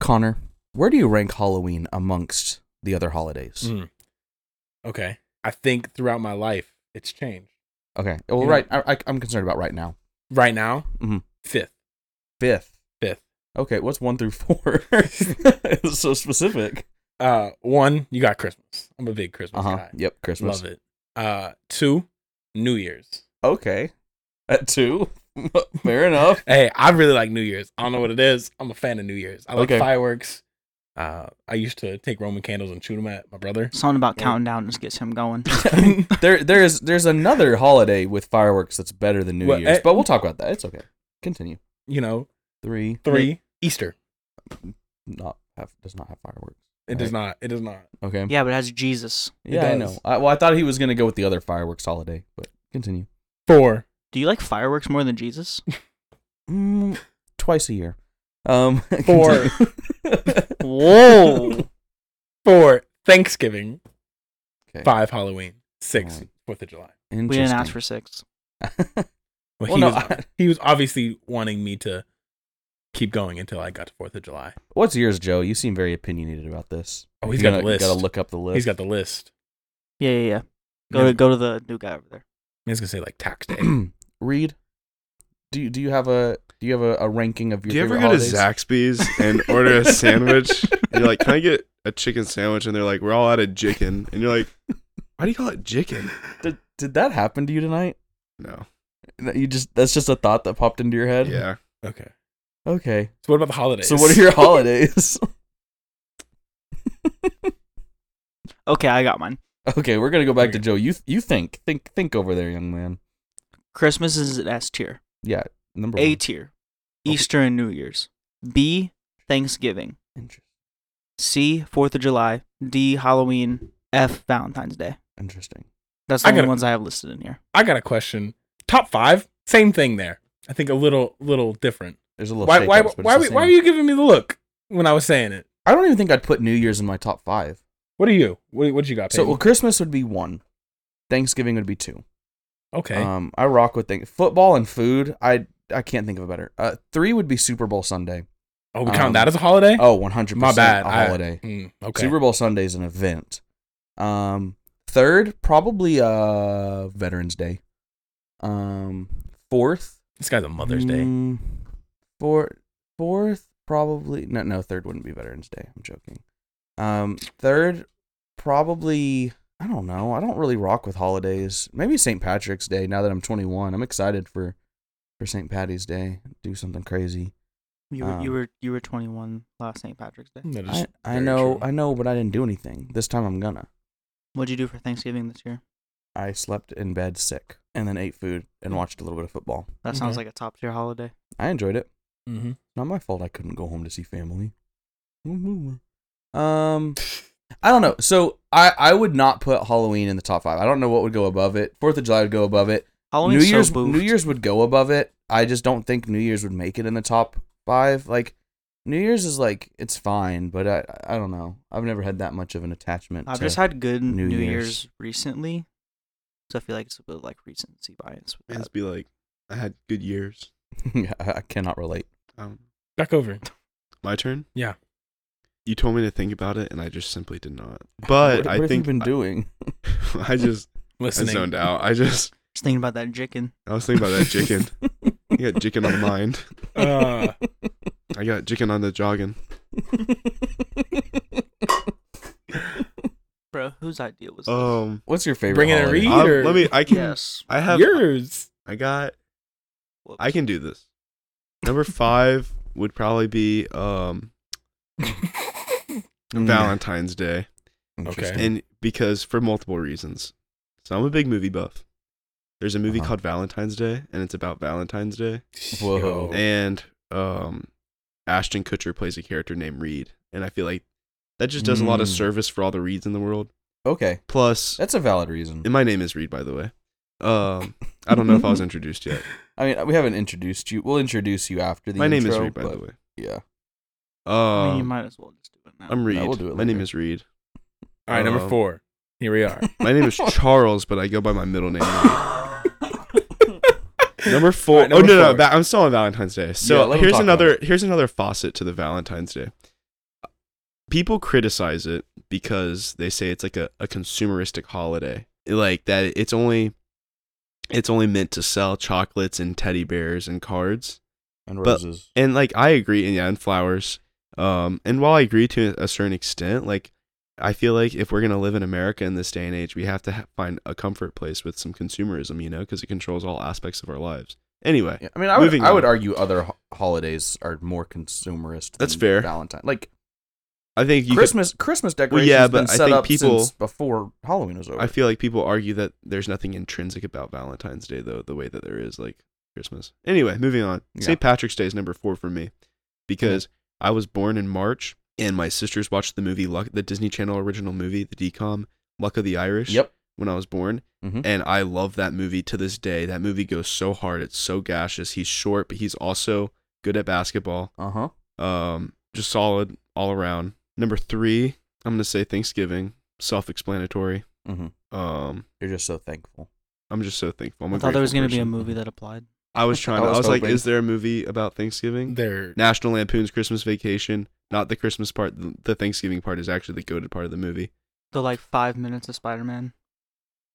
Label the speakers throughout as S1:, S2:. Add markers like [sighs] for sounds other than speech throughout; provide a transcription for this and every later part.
S1: Connor, where do you rank Halloween amongst the other holidays?
S2: Mm.
S1: Mm-hmm.
S2: Okay. I think throughout my life, it's changed.
S1: Okay. Well,
S2: You know-
S1: right. I, I, I'm concerned about right now.
S2: Right now,
S1: Mhm.
S2: fifth.
S1: Fifth.
S2: Fifth.
S1: Okay. What's one through four?
S2: [laughs]
S1: [laughs] it's so specific.
S2: Uh, one, you got Christmas. I'm a big Christmas
S1: Uh huh.
S2: guy.
S1: Yep. Christmas.
S2: Love it. Uh, two, New Year's.
S1: Okay. At two. [laughs] Fair enough.
S2: [laughs] Hey, I really like New Year's. I don't know what it is. I'm a fan of New Year's. I like
S1: Okay.
S2: fireworks. Uh, I used to take Roman candles and shoot them at my brother.
S3: Something about
S2: Yeah.
S3: counting down just gets him going.
S1: There, there is, there's another holiday with fireworks that's better than New
S2: Well,
S1: Year's,
S2: eh-
S1: but we'll talk about that. It's okay. Continue.
S2: you know,
S1: Three,
S2: three, Easter.
S1: not have does not have fireworks.
S2: It does not. It does not.
S1: Okay.
S3: yeah, but it has Jesus.
S1: Yeah,
S2: It
S1: I
S2: does.
S1: know. I, well, I thought he was gonna go with the other fireworks holiday, but continue.
S2: Four.
S3: Do you like fireworks more than Jesus?
S1: Mm, twice a year. Um, [laughs]
S2: Four.
S1: continue.
S3: Whoa.
S2: [laughs] Four. Thanksgiving.
S1: Okay.
S2: Five. Halloween. Six.
S1: Alright.
S2: Fourth of July.
S3: we didn't ask for six.
S1: Interesting.
S2: Well,
S1: Well,
S2: he,
S1: no,
S2: was,
S1: I-
S2: he was obviously wanting me to keep going until I got to Fourth of July.
S1: What's yours, Joe? You seem very opinionated about this.
S2: Oh,
S1: he's
S2: he's got the list.
S1: Got to look up the list.
S2: He's got the list.
S3: Yeah, yeah, yeah. Go to
S2: Man's-
S3: go to the new guy over there.
S2: man's gonna say like tax
S1: [clears throat]
S2: day.
S1: [clears throat] Reed, do you, do you have a do you have a, a ranking of your?
S4: Do you ever
S1: favorite
S4: go to
S1: holidays?
S4: Zaxby's and order a sandwich? And you're like, can I get a chicken sandwich? And they're like, we're all out of chicken. And you're like, why do you call it chicken?
S1: Did, did that happen to you tonight?
S4: No.
S1: That You just that's just a thought that popped into your head.
S4: Yeah.
S2: Okay.
S1: Okay.
S2: So what about the holidays?
S1: So what
S2: [laughs]
S1: are your holidays? [laughs]
S3: Okay, I got mine.
S1: okay, we're gonna go back to
S2: Okay.
S1: Joe. You you think think think over there, young man.
S3: Christmas is an S tier.
S1: Yeah, number
S3: A
S1: one.
S3: tier. Easter and New Year's. B Thanksgiving.
S1: Inter-
S3: C Fourth of July. D Halloween. F Valentine's Day.
S1: Interesting.
S3: That's the
S2: I
S3: only
S2: gotta-
S3: ones I have listed in here.
S2: I got a question. Top five. Same thing there. I think a little little different.
S1: There's a little.
S2: Why
S1: shakeups,
S2: why
S1: but it's
S2: why
S1: the
S2: why,
S1: same.
S2: were you giving me the look when I was saying it?
S1: I don't even think I'd put New Year's in my top five.
S2: What are you? What what you got?
S1: So
S2: Peyton?
S1: well, Christmas would be one. Thanksgiving would be two.
S2: okay.
S1: Um, I rock with things. Football and food. I I can't think of a better. Uh, three would be Super Bowl Sunday.
S2: oh, we count
S1: um,
S2: that as a holiday.
S1: Oh, one hundred.
S2: My bad.
S1: A
S2: I-
S1: holiday.
S2: Mm, okay.
S1: Super Bowl Sunday is an event. Um, third probably uh Veterans Day. Um, fourth
S2: this guy's a Mother's Day.
S1: Mm, four, fourth, probably no, no. Third wouldn't be Veterans Day. I'm joking. Um, third, probably. I don't know. I don't really rock with holidays. Maybe St. Patrick's Day. Now that I'm 21, I'm excited for for St. Patty's Day. Do something crazy.
S3: You were you
S1: Um,
S3: were you were twenty one last St. Patrick's Day.
S2: That is
S1: Mm, I, I
S2: very
S1: know,
S2: true.
S1: I know, but I didn't do anything. This time I'm gonna.
S3: What'd you do for Thanksgiving this year?
S1: I slept in bed sick and then ate food
S2: Mm.
S1: and watched a little bit of football.
S3: That sounds
S2: Okay.
S3: like a top tier holiday.
S1: I enjoyed it.
S2: Mhm.
S1: Not my fault I couldn't go home to see family. Um I don't know. So I I would not put Halloween in the top 5. I don't know what would go above it. 4th of July would go above it.
S3: Halloween's
S1: New Year's
S3: so boofed.
S1: New Year's would go above it. I just don't think New Year's would make it in the top 5. Like New Year's is like it's fine, but I I don't know. I've never had that much of an attachment
S3: I've
S1: to [laughs]
S3: just had good
S1: New
S3: New,
S1: Year's.
S3: Year's. recently, so I feel like it's a bit like recency bias. With
S4: Man's
S3: that.
S4: be like, I had good years.
S1: Yeah, I I cannot relate.
S4: Um,
S2: Back over.
S4: my turn?
S2: Yeah.
S4: You told me to think about it, and I just simply did not. But
S1: what,
S4: I
S1: what have you
S4: think
S1: been
S4: I-
S1: doing?
S4: [laughs] I just I
S2: Listening.
S4: zoned out. I just
S3: Just thinking about that chicken.
S4: I was thinking about that chicken. I got chicken on the mind.
S1: [laughs]
S2: Uh,
S4: I got chicken on the jogging.
S3: Bro, whose idea was
S4: Um,
S1: What's your favorite?
S2: Bring in a
S1: holiday?
S2: read.
S4: I-
S2: Peter.
S4: let me. I
S3: this?
S4: can.
S3: Yes.
S4: I have.
S2: yours.
S4: I got.
S3: Whoops.
S4: I can do this. Number five would probably be um
S1: Mm.
S4: Valentine's Day,
S1: Interesting.
S4: and because for multiple reasons. So I'm a big movie buff. There's a movie
S1: Uh-huh.
S4: called Valentine's Day, and it's about Valentine's Day.
S1: [laughs] Whoa.
S2: Yo.
S4: and um, Ashton Kutcher plays a character named Reed, and I feel like that just does a lot of
S1: Mm.
S4: service for all the Reeds in the world.
S1: Okay,
S4: Plus,
S1: that's a valid reason.
S4: and my name is Reed, by the way.
S1: [laughs]
S4: Um, I don't know if I was introduced yet.
S1: I mean, we haven't introduced you. We'll introduce you after [laughs] the
S4: my name is
S1: intro,
S4: Reed, by the
S1: but-
S4: way.
S1: Yeah.
S3: I mean, you
S4: Um,
S3: might as well just do it now.
S4: I'm Reed.
S1: we'll do it
S4: my name
S1: later.
S4: is Reed.
S2: All right, number
S4: Um,
S2: four. Here we
S4: [laughs]
S2: are.
S4: My
S1: [laughs]
S4: name is Charles, but I go by my middle name. Reed. [laughs] Number four.
S2: Alright,
S4: oh
S2: number
S4: no, no,
S2: four.
S4: va- I'm still on Valentine's Day.
S1: Yeah,
S4: So
S1: let him
S4: here's
S1: talk about
S4: another. Here's another faucet to the Valentine's Day. people criticize it because they say it's like a, a consumeristic holiday. Like that it's only it's only meant to sell chocolates and teddy bears and cards.
S1: and
S4: But-
S1: roses.
S4: And like I agree and yeah, and flowers. Um and while I agree to a certain extent, like I feel like if we're going to live in America in this day and age, we have to ha- find a comfort place with some consumerism, you know, because it controls all aspects of our lives. Anyway,
S1: Yeah, I mean, I would,
S4: Moving
S1: I would
S4: on.
S1: argue other ho- holidays are more consumerist.
S4: That's
S1: than
S4: fair.
S1: Valentine, like
S4: I think you could-
S1: Christmas, Christmas decorations.
S4: yeah,
S1: have
S4: but
S1: been
S4: I
S1: set
S4: think
S1: up
S4: people-
S1: since before Halloween was over.
S4: I feel like people argue that there's nothing intrinsic about Valentine's Day though, the way that there is like Christmas. Anyway, moving on.
S1: Yeah.
S4: St. Patrick's Day is number four for me because I was born in March, and my sisters watched the movie Luck, the Disney Channel original movie, the DCOM Luck of the Irish.
S1: Yep.
S4: When I was born,
S3: Mm-hmm.
S1: Mhm.
S4: and I love that movie to this day. That movie goes so hard. It's so gaseous. He's short, but he's also good at basketball.
S1: Uh huh.
S4: Um, just solid all around. Number three, I'm gonna say Thanksgiving. Self-explanatory.
S1: Mhm.
S4: Um,
S1: You're just so
S4: [laughs]
S1: thankful.
S4: I'm just so thankful. I'm a
S3: I thought there was
S4: going to
S3: be a movie that applied.
S4: I was
S3: [laughs]
S4: trying.
S1: I
S4: I was,
S1: was
S4: like,
S1: hoping.
S4: is there a movie about Thanksgiving?
S2: They're
S4: National Lampoon's Christmas Vacation. Not the Christmas part. th- The Thanksgiving part is actually the goaded part of the movie.
S3: The like five minutes of Spider Man.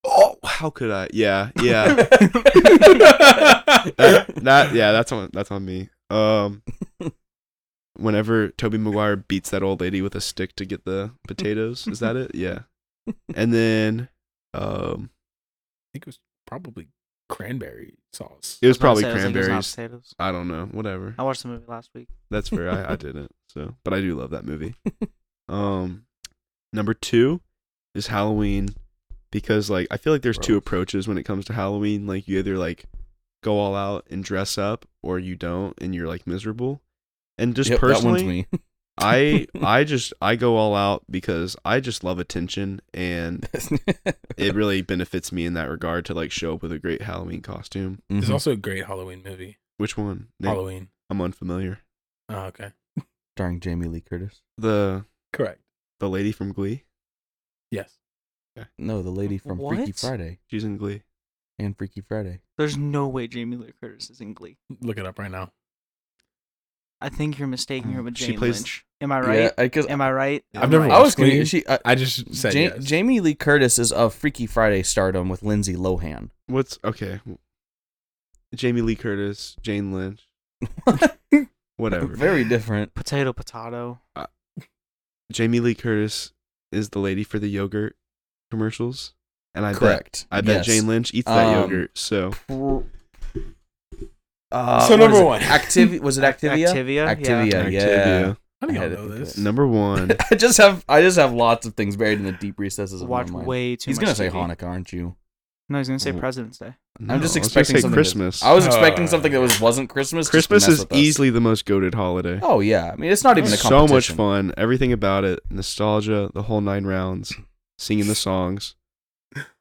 S4: Oh, how could I? Yeah, yeah.
S1: [laughs]
S4: that,
S1: that,
S4: that yeah. That's on. That's on me.
S3: [laughs]
S4: Um, whenever Toby Maguire beats that old lady with a stick to get the potatoes, is that it?
S3: [laughs]
S4: Yeah. And then, um,
S2: I think it was probably cranberry sauce.
S4: it was
S3: I was
S4: probably
S3: gonna say, I was like, it was not
S4: cranberries.
S3: potatoes.
S4: I don't know. Whatever.
S3: I watched the movie last week.
S4: That's
S1: [laughs]
S4: fair. I, I didn't. So, but I do love that movie. Um, number two is Halloween because like I feel like there's two
S1: Gross.
S4: approaches when it comes to Halloween. Like you either like go all out and dress up, or you don't, and you're like miserable. And just
S1: Yep, that one's
S4: personally,
S1: me. [laughs]
S4: I I just I go all out because I just love attention, and
S1: [laughs]
S4: it really benefits me in that regard to like show up with a great Halloween costume.
S1: Mhm.
S2: There's also a great Halloween movie.
S4: Which one? Nick,
S2: Halloween.
S4: I'm unfamiliar.
S2: Oh, okay.
S1: starring Jamie Lee Curtis.
S4: The
S2: Correct.
S4: the lady from Glee.
S2: Yes.
S1: No, the lady from Freaky
S3: What?
S1: Friday
S4: She's in Glee.
S1: and Freaky Friday.
S3: There's no way Jamie Lee Curtis is in Glee.
S2: Look it up right now.
S3: I think you're mistaking her with
S4: Mm, She
S3: Jane
S4: plays-
S3: Lynch. Am I right?
S1: Yeah, because
S3: Am I right?
S4: Yeah,
S2: I've
S4: I'm
S2: never
S4: right.
S1: I was
S2: watched
S1: gonna.
S2: Glee.
S1: She, I,
S2: I just said
S1: Ja-
S2: yes.
S1: Jamie Lee Curtis is of Freaky Friday stardom with Lindsay Lohan.
S4: What's okay? Jamie Lee Curtis, Jane Lynch,
S3: [laughs]
S4: whatever.
S1: [laughs] Very different.
S3: Potato, potato.
S4: Jamie Lee Curtis is the lady for the yogurt commercials, and I
S1: Correct.
S4: bet I bet
S1: Yes.
S4: Jane Lynch eats that
S1: Um,
S4: yogurt. So
S1: Pr- Uh,
S2: So
S1: what
S2: number
S1: is it?
S2: one.
S1: Activi-
S4: [laughs]
S1: was it Activia?
S3: Activia.
S1: Activia.
S3: Yeah.
S1: yeah.
S4: Activia.
S2: How do
S1: I
S2: y'all
S1: had to
S2: know
S1: think of
S2: this?
S1: it. [laughs]
S4: number one.
S1: I just have I just have lots of things buried in the deep recesses of
S3: Watch
S1: my mind.
S3: way too
S1: He's
S3: much.
S1: gonna say
S3: TV.
S1: Hanukkah, aren't you?
S3: No, he's gonna say
S4: Mm.
S3: President's Day.
S4: No,
S1: just
S4: I was gonna
S1: expecting
S4: say
S1: something to-
S4: Christmas.
S1: I was expecting
S2: Uh,
S1: something that was wasn't Christmas. just to
S4: Christmas
S1: mess
S4: is
S1: with us.
S4: easily the most goaded holiday.
S1: Oh yeah, I mean it's not even a
S4: so
S1: competition.
S4: much fun. Everything about it, nostalgia, the whole nine rounds, singing the songs.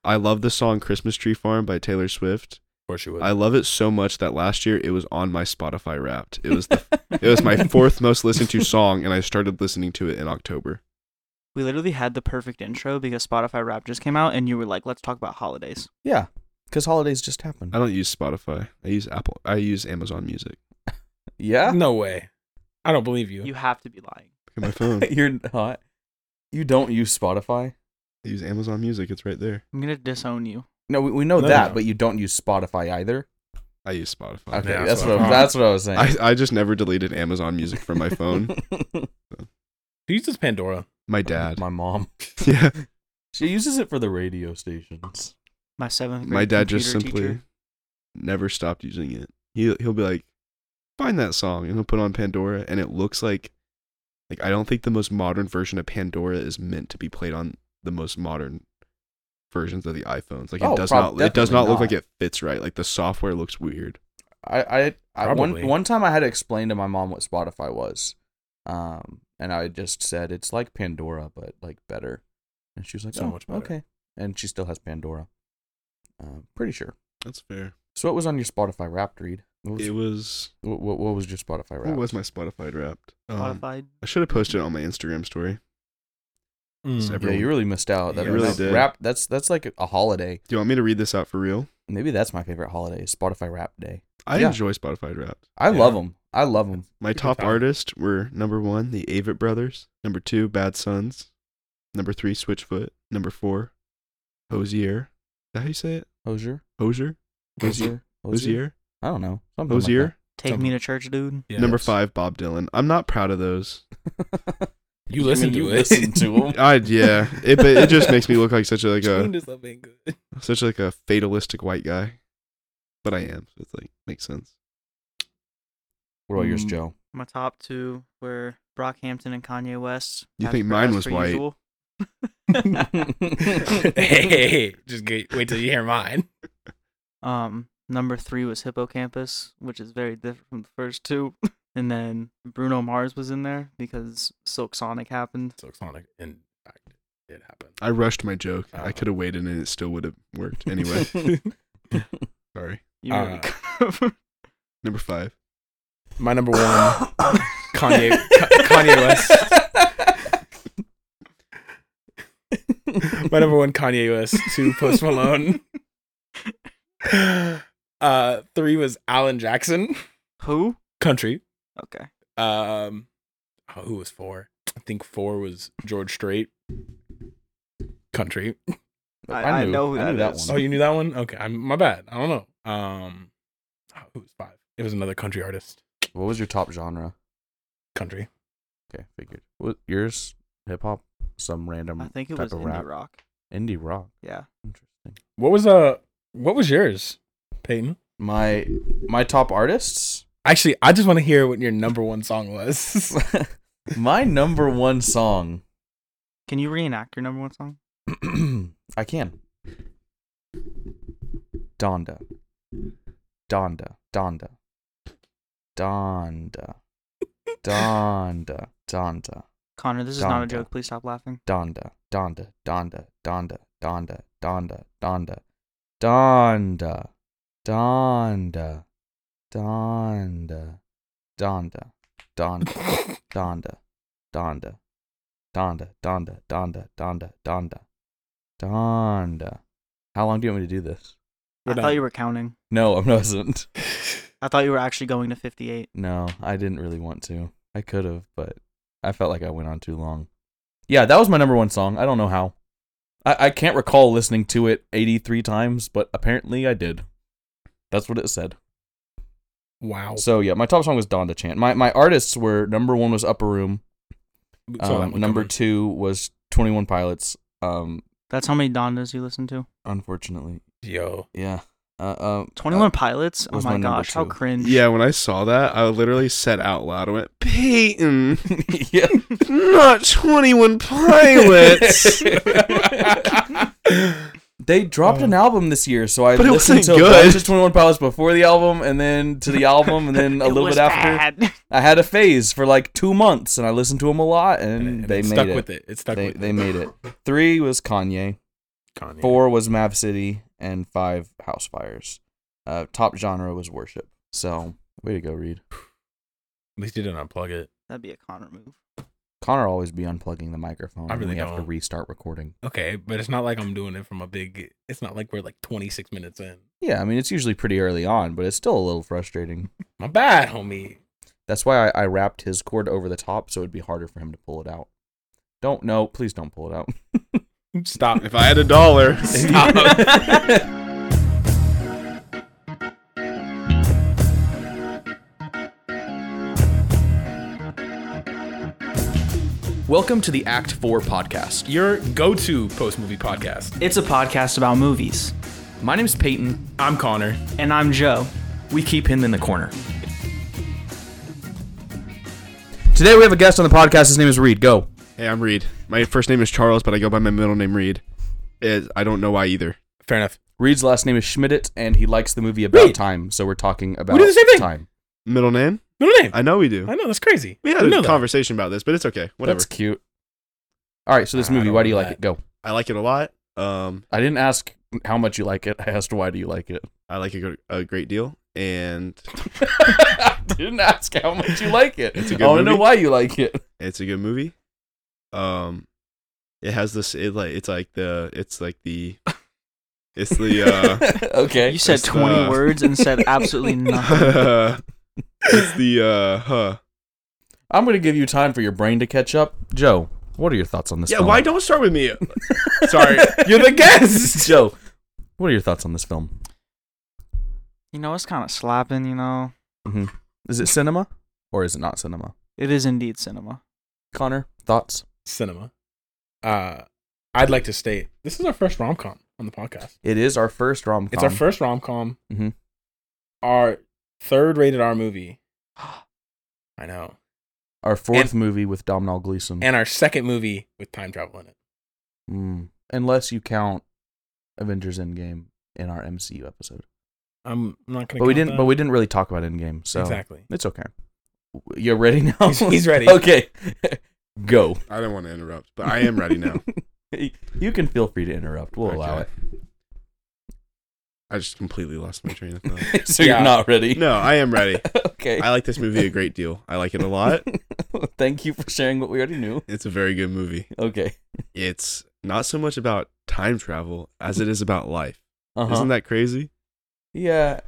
S4: I love the song "Christmas Tree Farm" by Taylor Swift.
S2: Of course you would.
S4: I love it so much that last year it was on my Spotify Wrapped. It was the it
S1: [laughs]
S4: was my fourth most listened to song, and I started listening to it in October.
S3: We literally had the perfect intro because Spotify Rap just came out, and you were like, "Let's talk about holidays."
S1: Yeah, because holidays just happen.
S4: I don't use Spotify. I use Apple. I use Amazon Music.
S1: Yeah,
S2: No way. I don't believe you.
S3: You have to be lying.
S4: Look at
S1: [laughs]
S4: my phone. I
S1: you're not. You don't use Spotify.
S4: use Amazon Music. It's right there.
S3: I'm gonna disown you.
S1: No, we, we know
S2: No,
S1: that,
S2: no.
S1: but you don't use Spotify either.
S4: I use Spotify.
S1: Okay,
S2: Yeah,
S1: that's
S2: that's
S1: what
S2: what I
S1: I, that's what I was saying.
S4: I, I just never deleted Amazon Music from
S1: [laughs]
S4: my phone.
S2: Who uses Pandora?
S4: My dad.
S1: my mom,
S4: [laughs] Yeah.
S1: she uses it for the radio stations.
S3: My seventh. Grade
S4: My dad just
S3: computer
S4: simply
S3: teacher.
S4: never stopped using it. He he'll be like, find that song, and he'll put on Pandora, and it looks like, like I don't think the most modern version of Pandora is meant to be played on the most modern versions of the iPhones. Like it
S1: Oh,
S4: does
S1: prob-
S4: not, it does
S1: definitely
S4: not look
S1: not.
S4: like it fits right. Like the software looks weird.
S1: I, I, I one
S2: Probably.
S1: one time I had to explain to my mom what Spotify was, um, and I just said it's like Pandora but like better, and she was like,
S2: So
S1: "Oh,
S2: much better."
S1: okay," and she still has Pandora. Um, pretty sure.
S4: That's fair.
S1: So what was on your Spotify Wrapped read? What was,
S4: It was.
S1: what, what, what was your Spotify
S4: What
S1: Wrapped?
S4: was my Spotify wrapped? Um,
S3: Spotify.
S4: I should have posted it on my Instagram story.
S2: Mm.
S4: Sever-
S1: yeah, you really missed out. That
S4: Yeah, I really
S1: that
S4: did.
S1: Wrapped. That's that's like a holiday.
S4: Do you want me to read this out for real?
S1: Maybe that's my favorite holiday. is Spotify Wrapped Day.
S4: I
S1: Yeah.
S4: enjoy Spotify wrapped.
S1: I
S2: Yeah.
S1: love 'em. love them. I love them.
S4: My
S2: Good
S4: top
S2: time.
S4: artists were number one, the Avett Brothers. Number two, Bad Sons. Number three, Switchfoot. Number four, Hosier. Is that how you say it?
S1: Hosier.
S4: Hosier?
S1: Hosier.
S4: Hosier?
S1: I don't know. Something like
S4: Hosier?
S3: Take me to church, dude.
S2: Yeah,
S4: Number
S2: it's-
S4: five, Bob Dylan. I'm not proud of those.
S1: that.
S2: You listen
S1: mean
S2: to
S1: you
S2: it.
S1: listen to 'em?
S4: I [laughs] yeah. It but it just makes me look like such
S2: [laughs]
S4: a like uh, a
S2: Tuned is not being good. [laughs]
S4: such like a fatalistic white guy. But I am. So it's like makes sense.
S1: what about yours,
S3: Mm.
S1: Joe?
S3: My top two were Brockhampton and Kanye West.
S4: You
S3: as
S4: think
S3: per-
S4: mine
S3: as
S4: was
S3: per
S4: white?
S3: usual.
S2: hey, hey, hey, just get, wait till you hear mine.
S3: Um, number three was Hippocampus, which is very different from the first two. [laughs] And then Bruno Mars was in there because Silk Sonic happened.
S2: So Sonic, in fact, it happened.
S4: I
S2: [laughs]
S4: rushed my joke. I
S2: Oh.
S4: could have waited and it still would have worked.
S2: [laughs]
S4: Anyway. Sorry.
S3: You really
S2: Uh,
S3: could-
S4: Number five.
S2: My number one,
S4: [coughs] Um,
S2: Kanye, Ka- Kanye West.
S1: uh,
S2: My number one, Kanye West. Two, Post
S4: [laughs]
S2: Malone. Uh, three was Alan Jackson,
S3: [laughs] Who?
S2: country.
S3: Okay.
S2: Um, oh, who was four? I think four was George Strait, country.
S3: I- I know who
S1: I knew
S3: that
S1: that
S3: is.
S2: Oh,
S1: one.
S2: you knew that one? Okay, I'm my bad. I don't know. Um, oh, who was five? It was another country artist.
S1: What was your top genre?
S2: Country.
S1: Okay, figured. What yours? Hip hop? Some random
S3: I think it
S1: type
S3: was
S1: of
S3: indie
S1: rap?
S3: rock.
S1: Indie rock.
S3: Yeah.
S1: Interesting.
S2: What was uh? What was yours, Peyton?
S1: My my top artists.
S2: Actually, I just want to hear what your number one song was. [laughs]
S1: my number one song. [clears throat]
S3: Can you reenact your number one song?
S1: I can. Donda. Donda. Donda. Donda. Donda. Donda.
S3: Connor, this is not a
S1: Donda.
S3: joke. Please stop laughing.
S1: Donda, Donda, Donda, Donda, Donda, Donda, Donda, Donda, Donda, Donda, Donda, Donda, Donda, Donda, Donda, Donda, Donda, Donda, Donda, Donda. How long do you want me to do this?
S2: We're
S3: I
S2: done.
S3: thought you were counting.
S1: No, I wasn't.
S3: I thought you were actually going to 58.
S1: No, I didn't really want to. I could have, but I felt like I went on too long. Yeah, that was my number one song. I don't know how. I, I can't recall listening to it 83 times, but apparently I did. That's what it said.
S2: Wow.
S1: So yeah, my top song was Donda Chant. My my artists were number one was Upper Room.
S2: Saw that
S1: Um,
S2: one
S1: number
S2: coming.
S1: two was Twenty One Pilots. Um,
S3: That's how many Dondas you listen to?
S1: unfortunately,
S2: Yo.
S1: yeah. Uh, um,
S3: 21
S1: uh,
S3: Pilots? Oh
S1: was
S3: my
S1: my number
S3: gosh, how
S1: two.
S3: cringe.
S4: Yeah, when I saw that, I literally said out loud, I went, Peyton,
S1: [laughs] yeah.
S4: not
S1: [laughs]
S4: 21 [laughs] pilots.
S1: They dropped
S2: Oh.
S1: an album this year, so I
S4: But it
S1: listened to
S4: wasn't
S1: a
S4: good.
S1: bunch of Twenty One Pilots before the album, and then to the album, and
S3: [laughs]
S1: then a
S3: It
S1: little
S3: was
S1: bit after.
S3: bad. [laughs]
S1: I had a phase for like two months, and I listened to them a lot, and,
S2: [laughs] And
S1: they
S2: it
S1: made
S2: stuck
S1: it.
S2: with it. It stuck
S1: They-
S2: with
S1: they
S2: it.
S1: made it. Three was Kanye,
S2: [laughs] Kanye.
S1: four was Mav City, and five House Fires. Uh, top genre was worship. So way to go, Reed.
S2: At least you didn't unplug it.
S3: That'd be a Connor move.
S1: Connor will always be unplugging the microphone.
S2: I
S1: and
S2: really
S1: we have to
S2: don't.
S1: restart recording.
S2: Okay, but it's not like I'm doing it from a big. It's not like we're like 26 minutes in.
S1: Yeah, I mean it's usually pretty early on, but it's still a little frustrating.
S2: My bad, homie.
S1: That's why I, I wrapped his cord over the top so it'd be harder for him to pull it out. Don't no, please don't pull it out. [laughs]
S2: Stop.
S4: if I had a dollar.
S5: Welcome to the Act 4 podcast.
S2: Your go-to post-movie podcast.
S3: It's a podcast about movies.
S5: My name's
S1: Mm.
S5: Peyton.
S2: I'm Connor.
S3: And I'm Joe.
S5: We keep him in the corner.
S1: Today we have a guest on the podcast. His name is Reed. Go.
S4: [laughs] Hey, I'm Reed. My first name is Charles, but I go by my middle name Reed. It, I don't know why either.
S2: Fair enough.
S1: Reed's last name is Schmidt, and he likes the movie About
S2: Reed.
S1: Time. So we're talking about
S2: do the same thing.
S1: time.
S4: Middle name?
S2: Middle name.
S4: I know we do.
S2: I know that's crazy.
S4: We had
S2: You
S4: a
S2: know that.
S4: conversation about this, but it's okay. Whatever.
S1: That's cute. All right. So this
S2: I
S1: movie.
S2: don't
S1: Why do you
S2: like
S1: like it? Go.
S4: I like it a lot. Um,
S1: I didn't ask how much you like it. I asked why do you like it. [laughs]
S4: I like it a great deal, and
S1: I didn't ask how much you like it.
S4: It's a
S1: I
S4: good
S1: want to know
S4: movie.
S1: why you like it.
S4: it's a good movie. Um, it has this. It like it's like the it's like the it's the
S1: okay. [laughs]
S3: You said
S4: It's,
S3: 20
S4: uh,
S3: words and said absolutely nothing.
S4: uh, [laughs] It's the uh huh.
S2: [laughs]
S1: I'm gonna give you time for your brain to catch up. Joe, what are your thoughts on this?
S4: Yeah,
S1: film?
S4: why don't start with me? Sorry.
S2: [laughs]
S1: You're the guest, [laughs] Joe. What are your thoughts on this film?
S3: You know, it's kind of slapping, you know.
S1: Is it cinema or is it not cinema?
S3: It is indeed cinema.
S1: Connor, thoughts?
S2: Cinema. Uh, I'd like to state this is our first rom com on the podcast.
S1: It is our first rom com.
S2: It's our first rom com.
S1: Mhm.
S2: Our third rated
S1: [gasps]
S2: R movie. I know.
S1: our fourth movie with Domhnall Gleeson.
S2: And our second movie with time travel in it.
S1: Mm. Unless you count Avengers Endgame in our MCU episode,
S2: I'm not gonna.
S1: but we
S2: count
S1: didn't.
S2: that.
S1: But we didn't really talk about Endgame, so [laughs]
S2: exactly.
S1: it's okay. You ready now?
S2: He's- he's ready.
S1: [laughs] okay, go.
S4: I didn't want to interrupt, but I am ready now.
S1: you can feel free to interrupt. [laughs] We'll allow
S4: Okay. I just completely lost my train
S1: [laughs]
S4: of thought.
S1: it. so
S2: Yeah.
S1: you're not ready.
S4: No, I am ready.
S1: okay.
S4: I like this
S1: [laughs]
S4: movie a great deal. I like it a lot.
S1: Thank you for sharing what we already knew.
S4: It's a very good movie.
S1: Okay.
S4: It's not so much about time travel as it is about life.
S1: Uh-huh.
S4: Isn't that crazy?
S1: yeah.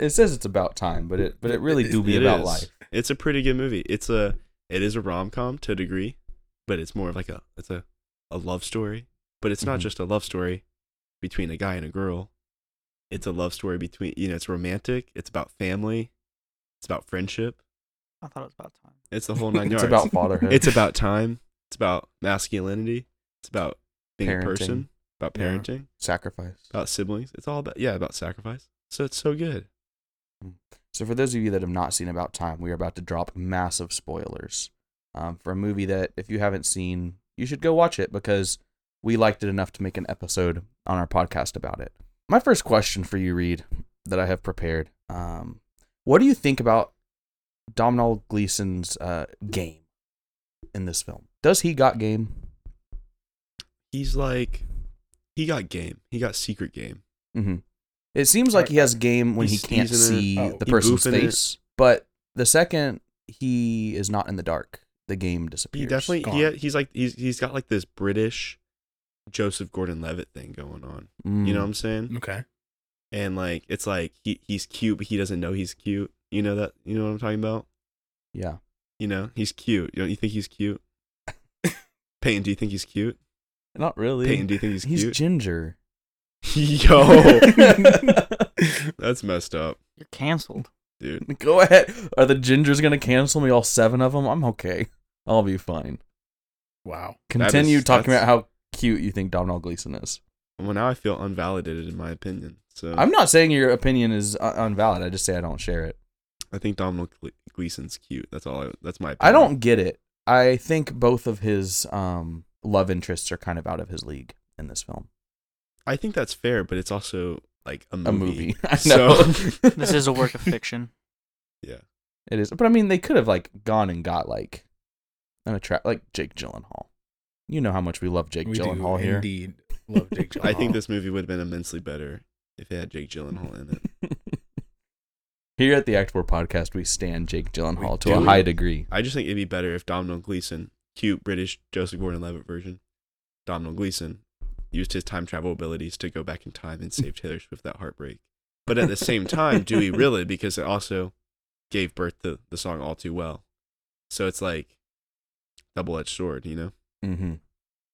S1: It says it's about time, but it but it really do be
S4: It
S1: about
S4: is.
S1: life.
S4: It's a pretty good movie. It's a it is a rom com to a degree, but it's more of like a it's a, a love story. But it's not
S1: Mhm.
S4: just a love story between a guy and a girl. It's a love story between you know, it's romantic, it's about family, it's about friendship,
S3: I thought it was about time.
S4: it's the whole nine
S1: [laughs] it's
S4: yards.
S1: about
S2: [laughs]
S1: fatherhood.
S4: [laughs] it's about time, it's about masculinity, it's about being
S1: Parenting.
S4: a person, about
S2: Yeah.
S4: parenting,
S1: sacrifice.
S4: about siblings. It's all about yeah, about sacrifice. So it's so good.
S1: So for those of you that have not seen About Time, we are about to drop massive spoilers um, for a movie that if you haven't seen, you should go watch it because we liked it enough to make an episode on our podcast about it. My first question for you, Reed, that I have prepared: um, What do you think about Domhnall Gleeson's uh, game in this film? Does he got game?
S4: He's like he got game. He got secret game.
S1: Mm-hmm. It seems like he has game when he
S4: He's-
S1: can't
S4: he's in it.
S1: see
S2: Oh.
S1: the
S4: He
S1: person's
S4: boofing it.
S1: face, but the second he is not in the dark, the game disappears.
S4: He definitely
S2: gone.
S4: he, he's like he's he's got like this British Joseph Gordon-Levitt thing going on.
S1: Mm,
S4: You know what I'm saying?
S2: Okay.
S4: And like it's like he he's cute, but he doesn't know he's cute. You know that? You know what I'm talking about?
S1: Yeah.
S4: You know he's cute. You don't you think
S1: [laughs]
S4: he's cute? Peyton, do you think he's cute?
S1: Not really.
S4: Peyton, do you think he's,
S1: He's
S4: cute? Oh.
S1: ginger.
S4: [laughs] Yo, that's messed up,
S3: You're canceled.
S1: [laughs]
S4: dude.
S1: Go ahead. Are the gingers gonna cancel me? All seven of them? I'm okay. I'll be fine.
S2: Wow.
S1: Continue
S4: is-
S1: talking
S4: that's-
S1: about how cute you think Domhnall Gleeson is.
S4: Well, now I feel unvalidated in my opinion. So
S1: I'm not saying your opinion is uh, invalid. I just say I don't share it.
S4: I think Dominic Gle- Gleason's cute. That's all. I, that's my.
S1: I
S4: Opinion.
S1: don't get it. I think both of his um, love interests are kind of out of his league in this film.
S4: I think that's fair, but it's also like a movie.
S1: A movie. [laughs] I know.
S4: [laughs] So-
S3: This is a work of fiction. [laughs]
S4: Yeah.
S1: It is. But I mean, they could have like gone and got like an attract like Jake Gyllenhaal. You know how much we love Jake
S2: we
S1: Gyllenhaal
S2: do
S1: here.
S2: indeed love
S1: [laughs]
S2: Jake Gyllenhaal.
S4: I think this movie would have been immensely better if it had Jake Gyllenhaal in it.
S1: [laughs] here at the Act Four podcast, we stand Jake Gyllenhaal to a
S4: do.
S1: high degree.
S4: I just think it'd be better if Domhnall Gleeson, cute British Joseph Gordon-Levitt version, Domhnall Gleeson, used his time travel abilities to go back in time and save Taylor Swift that heartbreak. But at the same time, do
S1: [laughs]
S4: we really? Because it also gave birth to the song "All Too Well." So it's like double-edged sword. You know,
S1: Mm-hmm.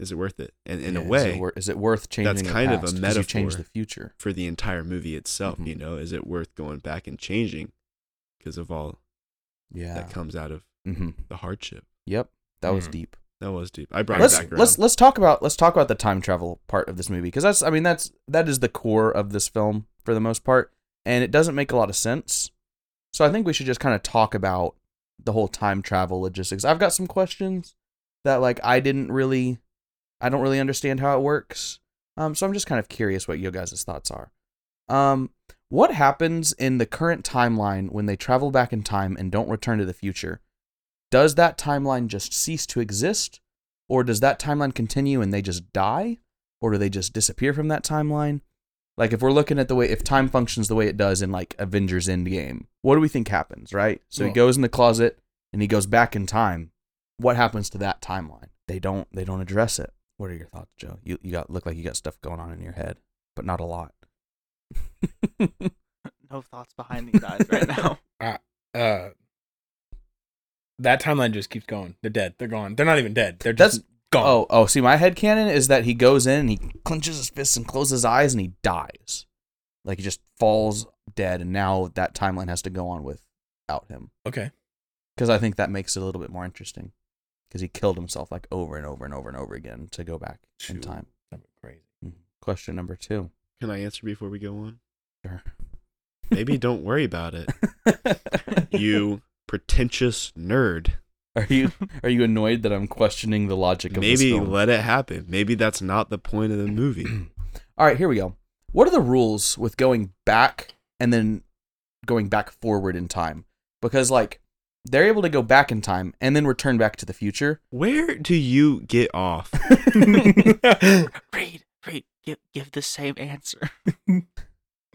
S4: is it worth it? And in
S1: Yeah,
S4: a
S1: is it,
S4: way,
S1: wor- is it worth changing? the
S4: kind of a
S1: past? 'Cause You change
S4: metaphor.
S1: the future.
S4: for the entire movie itself,
S1: Mhm.
S4: you know, is it worth going back and changing because of all
S1: Yeah.
S4: that comes out of
S1: Mm-hmm.
S4: the hardship?
S1: Yep. That was
S2: Mm.
S1: deep.
S4: That was deep. I brought
S1: let's
S4: it back around.
S1: let's let's talk about let's talk about the time travel part of this movie because that's I mean that's that is the core of this film for the most part, and it doesn't make a lot of sense. So I think we should just kind of talk about the whole time travel logistics. I've got some questions that like I didn't really, I don't really understand how it works. Um, so I'm just kind of curious what you guys' thoughts are. Um, what happens in the current timeline when they travel back in time and don't return to the future? Does that timeline just cease to exist? or does that timeline continue and they just die or do they just disappear from that timeline like if we're looking at the way if time functions the way it does in like avengers endgame what do we think happens right so he
S2: Well-
S1: goes in the closet and he goes back in time what happens to that timeline they don't they don't address it what are your thoughts joe you, you got look like you got stuff going on in your head but not a lot
S3: No thoughts behind these eyes right now.
S2: uh that timeline just keeps going. They're dead. They're gone. They're not even dead. They're
S1: That's-
S2: just gone.
S1: Oh, oh, see, my head canon is that he goes in and he clenches his fists and closes his eyes and he dies. Like he just falls dead, and now that timeline has to go on without him.
S2: okay.
S1: Because I think that makes it a little bit more interesting. Because he killed himself like over and over and over and over again to go back in
S2: Shoot.
S1: time. Hmm.
S2: That'd be crazy.
S1: Question number
S2: [laughs]
S1: two. [laughs]
S4: Can I answer before we go on?
S1: Sure.
S4: Maybe don't worry about it.
S1: [laughs]
S4: You pretentious nerd.
S1: are you are you annoyed that I'm questioning the logic of this
S4: Maybe
S1: film?
S4: let it happen. Maybe that's not the point of the movie.
S1: [clears throat] All right, here we go. What are the rules with going back and then going back forward in time? Because like they're able to go back in time and then return back to the future.
S4: Where do you
S1: [laughs]
S4: get off?
S3: [laughs] Read, read, give give the same answer.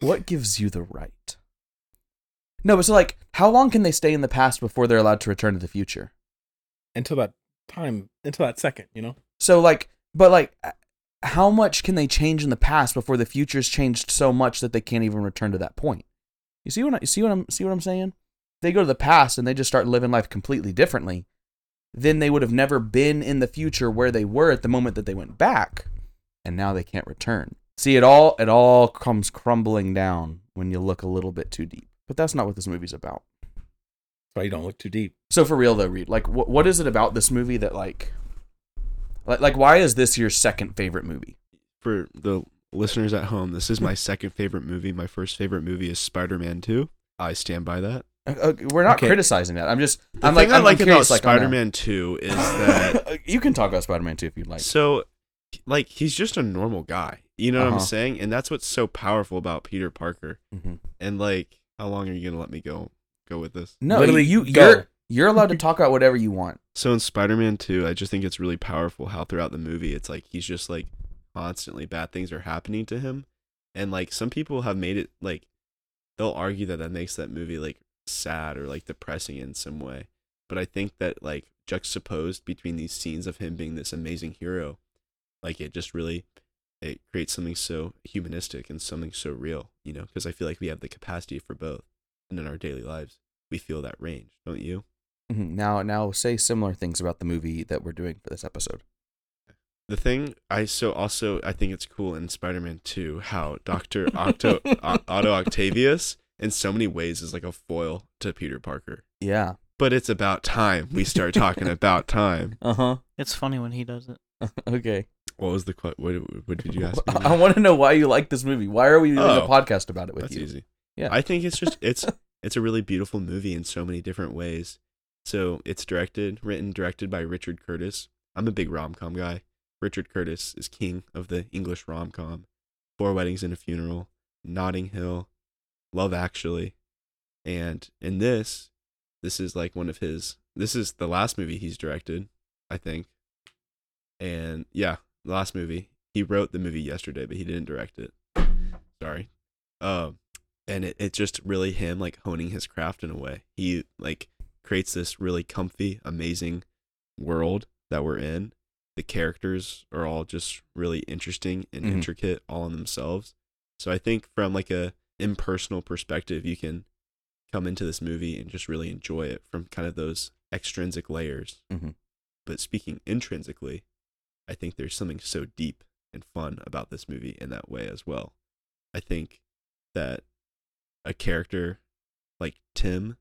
S1: what gives you the right? No, but so like how long can they stay in the past before they're allowed to return to the future?
S2: Until that time, until that second, you know?
S1: So like but like how much can they change in the past before the future's changed so much that they can't even return to that point? You see what I, you see what I'm see what I'm saying? They go to the past and they just start living life completely differently. Then they would have never been in the future where they were at the moment that they went back, and now they can't return. See, it all it all comes crumbling down when you look a little bit too deep. But that's not what this movie's about.
S2: That's why you don't look too deep.
S1: So for real though, Reed, like what what is it about this movie that like like like why is this your second favorite movie?
S4: For the listeners at home, this is my second favorite movie. My first favorite movie is Spider Man 2. I stand by that.
S1: Uh, uh, we're not
S2: Okay.
S1: criticizing that. I'm just
S4: The
S1: I'm like
S4: thing I
S1: I'm,
S4: like
S1: I'm
S4: about
S1: curious, like, on
S4: Spider Man 2 is that
S1: that. you can talk about Spider-Man too if you'd [laughs] like.
S4: So, like, he's just a normal guy. You know what I'm
S1: Uh-huh.
S4: saying? And that's what's so powerful about Peter Parker.
S1: Mhm.
S4: And like, how long are you gonna let me go go with this?
S1: No,
S2: Literally,
S1: you
S2: go.
S1: you're you're allowed to talk about whatever you want.
S4: So in Spider-Man 2, I just think it's really powerful how throughout the movie, it's like he's just like constantly bad things are happening to him, and like some people have made it like they'll argue that that makes that movie like sad or like depressing in some way. But I think that like juxtaposed between these scenes of him being this amazing hero, like it just really it creates something so humanistic and something so real, you know, because I feel like we have the capacity for both. And in our daily lives, we feel that range, don't you?
S1: Mhm. Now now say similar things about the movie that we're doing for this episode.
S4: The thing I so also I think it's cool in Spider-Man 2 how Doctor Octo O- Otto Octavius in so many ways is like a foil to Peter Parker.
S1: Yeah.
S4: But it's about time we start talking about time.
S1: Uh-huh.
S3: [laughs] It's funny when he does it.
S1: [laughs] okay.
S4: What was the que- what, what did you ask?
S1: [laughs]
S4: Me?
S1: I, want to know why you like this movie. Why are we doing a
S4: Oh.
S1: podcast about it with
S4: That's
S1: you?
S4: easy.
S1: Yeah.
S4: I think it's
S1: [laughs]
S4: just it's it's a really beautiful movie in so many different ways. So it's directed, written, directed by Richard Curtis. I'm a big rom com guy. Richard Curtis is king of the English rom com. Four Weddings and a Funeral, Notting Hill, Love Actually, and in this, this is like one of his. This is the last movie he's directed, I think. And yeah, the last movie he wrote the movie yesterday, but he didn't direct it. Sorry. Um, and it, it's just really him like honing his craft in a way he like creates this really comfy amazing world that we're in the characters are all just really interesting and
S1: Mhm.
S4: intricate all in themselves so i think from like a impersonal perspective you can come into this movie and just really enjoy it from kind of those extrinsic layers
S1: Mhm.
S4: but speaking intrinsically i think there's something so deep and fun about this movie in that way as well i think that a character like Tim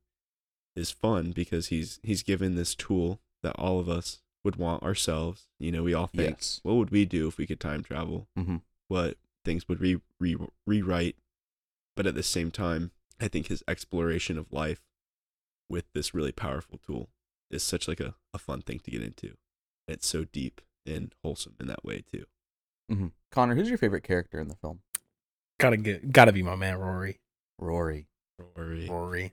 S4: is fun because he's he's given this tool that all of us would want ourselves. You know, we all think,
S1: Yes.
S4: what would we do if we could time travel?
S1: Mhm.
S4: What things would we re- rewrite? But at the same time, I think his exploration of life with this really powerful tool is such like a, a fun thing to get into. It's so deep and wholesome in that way too.
S1: Mhm. Connor, who's your favorite character in the film?
S2: Gotta get, gotta be my man, Rory.
S1: Rory.
S4: Rory.
S2: Rory.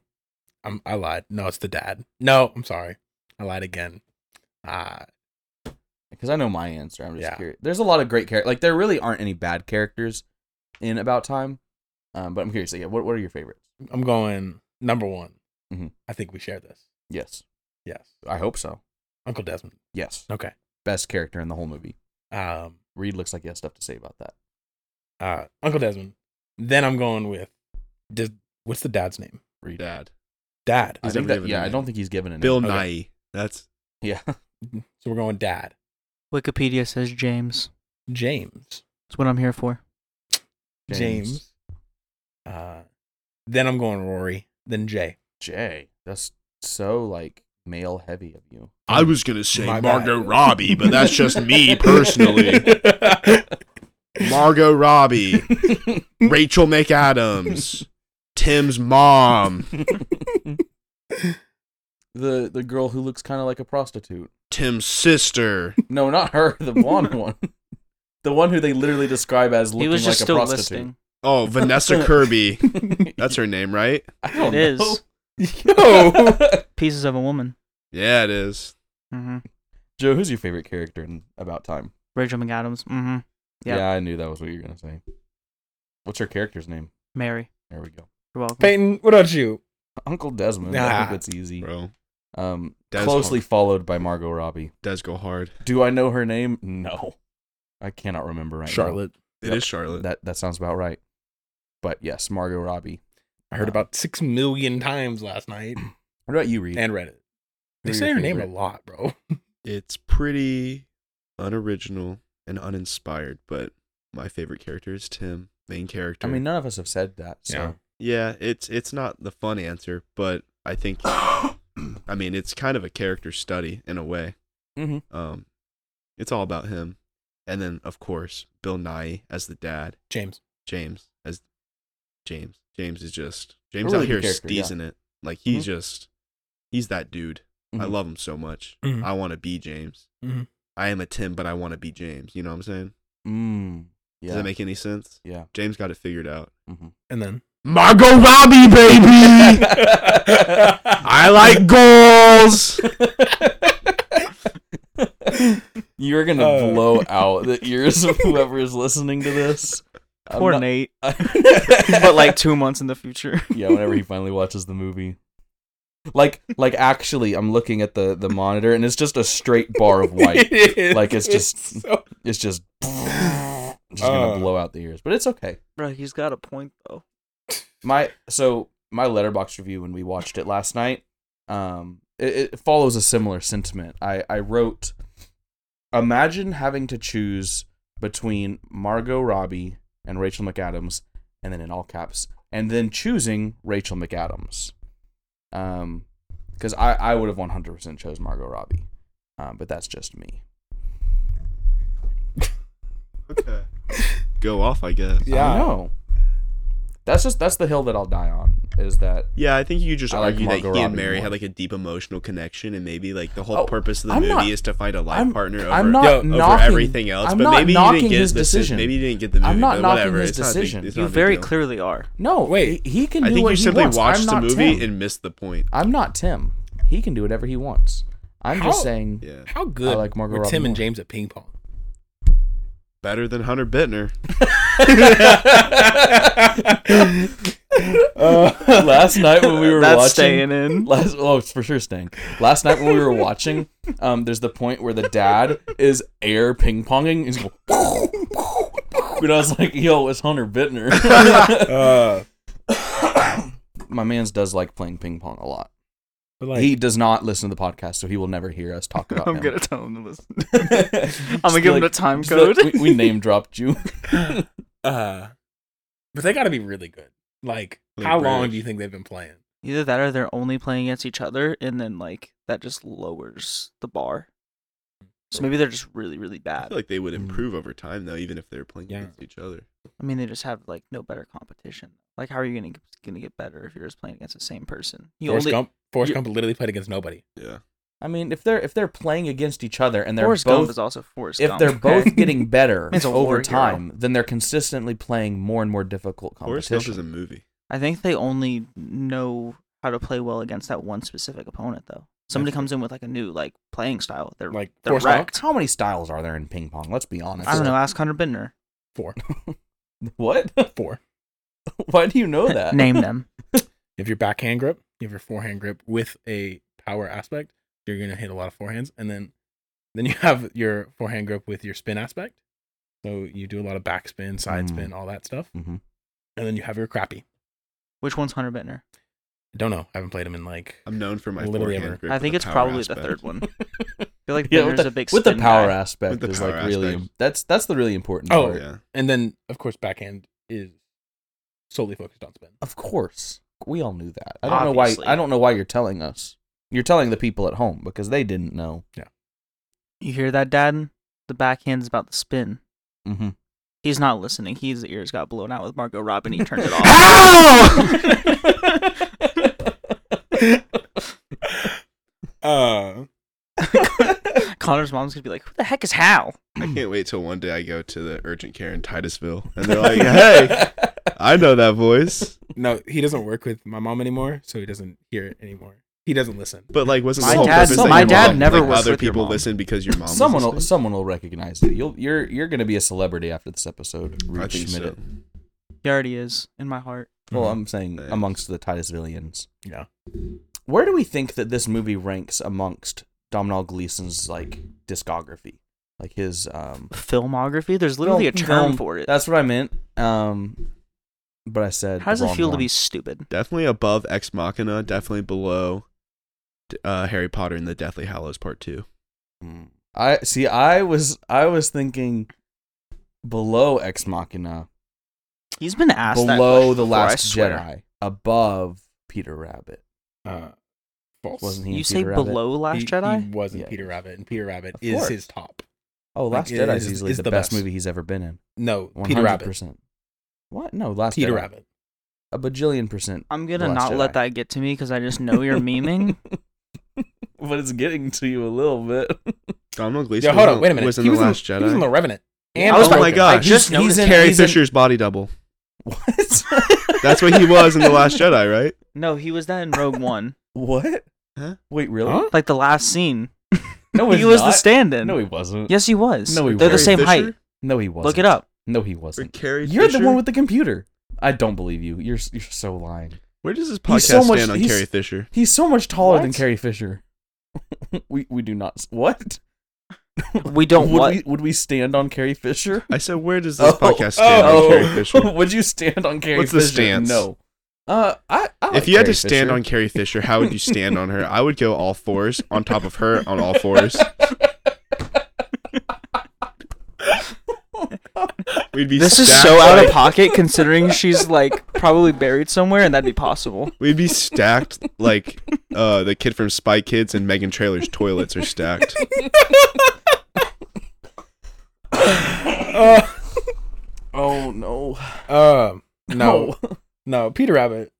S2: I'm, I lied. No, it's the dad. No, I'm sorry. I lied again. Ah,
S1: because I know my answer. I'm just
S2: Yeah.
S1: curious. There's a lot of great characters. Like there really aren't any bad characters in About Time, um, but I'm curious. Like, yeah, what what are your favorites?
S2: I'm going number one.
S1: Mhm.
S2: I think we share this.
S1: Yes,
S2: Yes.
S1: I hope so.
S2: Uncle Desmond.
S1: Yes,
S2: Okay.
S1: best character in the whole movie.
S2: Um,
S1: Reed looks like he has stuff to say about that.
S2: uh, Uncle Desmond. Then I'm going with, Des- what's the dad's name?
S1: Reed,
S4: Dad.
S2: Dad.
S1: I
S4: He's
S1: think
S4: never
S1: that,
S4: given a
S1: yeah, I
S4: name.
S1: don't think he's given a name.
S4: Bill
S2: Okay.
S4: Nye. That's
S1: Yeah. [laughs]
S2: So we're going dad.
S3: Wikipedia says James.
S2: James.
S3: That's what I'm here for.
S1: James.
S2: James. Uh, then I'm going Rory. Then Jay.
S1: Jay. That's so like male heavy of you.
S4: I was gonna say
S2: My bad.
S4: Margot Robbie, but that's
S1: [laughs]
S4: just me personally. Margot Robbie, Rachel McAdams, Tim's mom,
S1: the the girl who looks kind of like a prostitute.
S4: Tim's sister.
S1: No, not her. The blonde
S4: [laughs]
S1: one. The one who they literally describe as looking
S3: he was just
S1: like
S3: still
S1: a prostitute.
S3: listing.
S4: Oh, Vanessa Kirby. That's her name, right?
S1: [laughs] I
S3: It
S1: don't
S3: is
S1: know.
S4: [laughs]
S3: pieces of a woman.
S4: Yeah, it is.
S3: hmm
S1: Joe, who's your favorite character in About Time?
S3: Rachel McAdams. hmm Yep.
S1: Yeah, I knew that was what you were gonna say. What's her character's name?
S3: Mary.
S1: There we go.
S3: You're welcome.
S2: Peyton, what about you?
S1: Uncle Desmond. I
S2: Ah.
S1: think that's easy.
S4: Bro,
S1: Um,
S4: Des
S1: closely
S4: Hunk.
S1: followed by Margot Robbie.
S4: does go hard.
S1: Do I know her name? No, I cannot remember right now.
S2: Charlotte.
S4: It is
S1: Yep.
S4: Charlotte.
S1: That that sounds about right. But yes, Margot Robbie.
S2: I heard about six million times last night
S1: What about you, Reed?
S2: and read it.
S1: Who
S2: They
S1: are
S2: say
S1: your
S2: her name a
S1: favorite?
S2: lot, bro. [laughs]
S4: it's pretty unoriginal and uninspired, but my favorite character is Tim, main character.
S1: I mean, none of us have said that. So.
S2: Yeah.
S4: yeah, it's it's not the fun answer, but I think I mean it's kind of a character study in a way.
S1: Mhm.
S4: Um, it's all about him, and then of course Bill Nye as the dad,
S2: James.
S4: James as James. James is just James
S1: really
S4: out
S1: good
S4: here
S1: character, yeah.
S4: steezing it. Like he's just he's that dude. I
S1: Mhm.
S4: love him so much.
S2: Mhm.
S4: I want to be James.
S2: Mhm.
S4: I am a Tim, but I want to be James. You know what I'm saying?
S1: Mm, yeah.
S4: Does that make any sense?
S1: yeah.
S4: James got it figured out.
S1: mhm.
S2: And [laughs] then
S4: Margot Robbie, [laughs] baby. I [laughs] like goals.
S1: [laughs] You're gonna
S3: Oh.
S2: Uh.
S1: blow out the ears of whoever is listening to this. I'm
S3: Poor
S1: not- [laughs]
S3: Nate. [laughs] but like two months in the
S4: [laughs]
S3: future.
S1: yeah, whenever he finally watches the movie. Like, like actually, I'm looking at the the monitor, and it's just a straight bar of
S3: [laughs]
S1: white.
S2: It is.
S1: Like, it's just-
S2: [laughs] so-
S1: It's just, [laughs] just gonna
S2: Uh.
S1: blow out the ears, but it's okay.
S3: Bro, he's got a point though.
S1: my so my letterbox review when we watched it last night um it, it follows a similar sentiment i i wrote imagine having to choose between margot robbie and rachel mcadams and then in all caps and then choosing rachel mcadams um because i i would have 100% chose margot robbie um but that's just me
S4: Okay. Go off, I guess.
S1: yeah i
S2: yeah.
S1: know that's just that's the hill that i'll die on is that
S4: Yeah, I think you could just
S1: I like
S4: argue that
S1: Margot
S4: he and
S1: Robbie
S4: Mary
S1: more.
S4: had like a deep emotional connection, and maybe like the whole
S1: Oh,
S4: purpose of the
S1: I'm
S4: movie
S1: not-
S4: is to find a life
S1: I'm-
S4: partner over,
S1: I'm not
S2: Yo, over
S4: over
S1: knocking
S4: everything else.
S1: I'm
S4: but
S1: not
S4: maybe you
S1: knocking
S4: didn't get
S1: his
S4: the
S1: decision.
S4: decision. Maybe you didn't get the movie.
S1: I'm not
S4: but
S1: knocking
S4: whatever.
S1: his
S4: it's not a
S1: decision.
S4: Big, it's
S3: You
S4: not a big
S3: very
S4: deal.
S3: clearly are.
S1: no
S2: Wait.
S1: he, he can do
S4: I think
S1: what
S4: you
S1: he
S4: simply
S1: wants. I'm
S4: watched the
S1: not
S4: movie
S1: Tim.
S4: and missed the point.
S1: I'm not Tim. He can do whatever he wants. I'm just
S2: How-
S1: saying.
S4: Yeah,
S2: How good
S1: I like Margot
S2: were
S1: Robbie
S2: Tim and
S1: more.
S2: James at ping pong?
S4: better than Hunter Bittner.
S1: [laughs] last night when
S3: [laughs]
S1: we were
S3: That's
S1: watching,
S3: staying
S4: [laughs]
S3: in.
S1: last oh it's for sure staying. Last night when we were watching, um, there's the point where the dad is air ping ponging. He's going, [laughs] but I was like, yo, it's Hunter Bittner. [laughs]
S2: Uh,
S1: My man's does like playing ping pong a lot.
S2: but like,
S1: he does not listen to the podcast, so he will never hear us talk about
S3: [laughs] I'm
S1: him. [laughs]
S3: gonna tell him to listen.
S1: I'm
S3: I'm gonna give him a time code.
S1: we, we name dropped you. [laughs]
S2: uh, but they got to be really good. Like,
S4: Like
S2: how long
S4: British.
S2: do you think they've been playing?
S3: Either that or they're only playing against each other, and then like that just lowers the bar. So maybe they're just really, really
S4: I
S3: bad.
S4: feel like they would
S1: Mm.
S4: improve over time though, even if they were playing
S2: Yeah.
S4: against each other.
S3: I mean, they just have like no better competition. Like, how are you gonna gonna get better if you're just playing against the same person? You
S2: Forrest
S3: only
S2: Gump. Forrest
S3: you-
S2: Gump literally played against nobody.
S4: Yeah,
S1: I mean, if they're if they're playing against each other and they're
S3: Forrest Gump
S1: both
S3: is also Forrest
S1: if
S3: Gump.
S1: they're
S3: okay?
S1: both getting better
S3: It's a war
S1: over
S3: hero.
S1: time, then they're consistently playing more and more difficult
S4: Forrest Gump is a
S1: competition.
S4: movie.
S3: [laughs] I think they only know how to play well against that one specific opponent, though. Somebody comes in with like a new like playing style. They're
S2: Like
S3: they're
S2: Forrest Gump?
S3: wrecked.
S1: How many styles are there in ping pong? Let's be honest.
S3: I don't know. Ask Hunter Bittner.
S2: Four.
S1: [laughs]
S4: [laughs]
S1: What? [laughs]
S2: Four.
S1: Why do you
S3: [laughs]
S1: know that? [laughs]
S3: Name them.
S2: You have your backhand grip, you have your forehand grip with a power aspect. You're gonna hit a lot of forehands, and then then you [laughs] have your forehand grip with your spin aspect. So you do a lot of backspin, side
S1: Mm.
S2: spin, all that stuff.
S1: Mhm.
S2: And then you have your crappy.
S3: Which one's Hunter Bittner?
S2: don't know. I haven't played them in like.
S4: I'm known for my
S2: Literally
S4: forehand
S2: ever.
S4: grip
S3: I
S4: with
S3: think
S4: the
S3: it's
S4: power
S3: probably
S4: aspect.
S3: the third
S4: [laughs]
S3: one. I feel like
S1: Yeah,
S3: there's
S1: with the,
S3: a big
S1: with the
S3: spin
S1: power
S3: guy.
S1: aspect
S4: With the
S1: is
S4: power
S1: like really
S4: aspect.
S1: im- that's that's the really important
S2: Oh.
S1: part.
S4: Yeah.
S2: And then of course backhand is solely focused on spin.
S1: Of course, we all knew that. I don't
S3: Obviously.
S1: know why. I don't know why you're telling us. You're telling the people at home because they didn't know.
S3: You hear that, Dad? The backhand's about the spin. [laughs]
S1: Mm-hmm.
S3: He's not listening. His ears got blown out with Margot Robbie, and he turned it [laughs] off.
S2: Ow! uh,
S3: [laughs] Connor's mom's gonna be like, "Who the heck is Hal?"
S4: I can't wait till one day I go to the urgent care in Titusville and
S1: [laughs]
S4: they're like, "Hey, I know that voice."
S2: [laughs] no, he doesn't work with my mom anymore, so he doesn't hear it anymore. He doesn't listen.
S4: But like, wasn't
S3: My
S4: the whole
S1: dad-
S4: purpose that
S1: my
S4: your
S1: dad
S4: mom-
S3: never
S4: like,
S3: works
S4: other
S3: with your
S4: people
S3: mom.
S4: listen because your mom. was
S1: someone will
S4: listening?
S1: someone will recognize it. You'll you're you're gonna be a celebrity after this episode.
S4: I
S1: Ruth
S4: think
S1: Schmidt.
S4: so.
S3: He already is in my heart.
S2: Mm-hmm.
S1: Well, I'm saying
S4: Thanks.
S1: amongst the Titusvillians.
S2: Yeah.
S1: Where do we think that this movie ranks amongst Domhnall Gleeson's like discography, like his um?
S3: Filmography. There's literally a
S1: Film-
S3: term
S1: film.
S3: for it.
S1: That's what I meant. Um, but I said.
S3: How does
S1: the
S3: it
S1: wrong
S3: feel to
S1: one.
S3: be stupid?
S4: Definitely above Ex Machina. Definitely below uh, Harry Potter and the Deathly Hallows Part Two.
S1: Mm. I see. I was I was thinking below Ex Machina,
S3: He's been asked that
S1: below
S3: question
S1: the
S3: before, I
S1: Last
S3: swear.
S1: Jedi, above Peter Rabbit.
S2: Uh, false.
S1: Wasn't he? in
S3: You
S1: Peter
S3: say
S1: Rabbit?
S3: below Last
S2: He-
S3: Jedi?
S2: He wasn't
S1: Yeah.
S2: Peter Rabbit, and Peter Rabbit
S1: Of
S2: is
S1: course.
S2: his top.
S1: Oh,
S2: Like,
S1: Last
S2: it
S1: Jedi is
S2: is-
S1: easily
S2: is
S1: the,
S2: the
S1: best
S2: best.
S1: movie he's ever been in.
S2: No, Peter
S1: 100
S2: Rabbit.
S1: percent. What? No, Last
S2: Peter
S1: Jedi.
S2: Rabbit.
S1: A bajillion percent.
S3: I'm gonna
S1: Last
S3: not
S1: Jedi.
S3: let that get to me because I just know [laughs] you're memeing.
S1: [laughs] but it's getting to you a little
S3: [laughs]
S1: bit.
S4: Domhnall Gleeson.
S2: Yeah, hold on, wait a minute.
S4: Was in
S2: he
S4: the
S2: was
S4: Last
S2: in,
S4: Jedi.
S2: He was in the Revenant.
S1: I was
S4: oh
S1: like,
S4: my
S2: Broken.
S4: gosh!
S1: just noticed- in-
S4: Carrie
S1: he's in-
S4: Fisher's body double.
S1: What?
S4: That's what he was in the Last Jedi, right?
S3: no, he was that in Rogue [laughs] One,
S1: [laughs] What?
S4: Huh?
S1: Wait, really?
S2: Huh?
S3: like the last scene.
S1: No,
S3: he
S1: he's
S3: was the
S1: not.
S3: stand-in.
S1: No, he wasn't.
S3: yes, he was.
S1: No, he
S3: They're the
S1: wasn't.
S3: same
S4: Carrie
S3: height.
S4: Fisher?
S1: No, he wasn't.
S3: Look it up.
S1: No, he
S4: Or
S1: wasn't.
S4: Carrie
S1: You're the
S4: Fisher?
S1: one with the computer. I don't believe you. You're s- you're so lying.
S4: Where does this podcast
S1: He's so much-
S4: stand on
S1: he's-
S4: Carrie Fisher?
S1: He's so much taller than
S2: What?
S1: Carrie Fisher. [laughs] we we do not s- what?
S3: We don't
S1: would
S3: what?
S1: we would we stand on Carrie Fisher?
S4: I said, where does this
S1: Oh,
S4: podcast stand
S1: oh.
S4: on
S1: [laughs]
S4: Carrie Fisher?
S1: would you stand on Carrie
S4: What's the
S1: Fisher?
S4: stance?
S1: No. Uh, I, I like
S4: if you had to
S1: Carrie
S4: stand
S1: Fisher.
S4: on Carrie Fisher, how would you stand on her? I would go all fours on top of her on all fours. We'd
S3: [laughs]
S4: be
S3: This is
S4: stacked
S3: so out
S4: like,
S3: of pocket considering she's [laughs] like probably buried somewhere and that'd be possible.
S4: We'd be stacked like uh, the kid from Spy Kids and Megan Trailer's toilets are [laughs] stacked.
S1: [laughs]
S2: [laughs] Uh,
S1: Oh no.
S4: [laughs]
S2: um, no, no, Peter Rabbit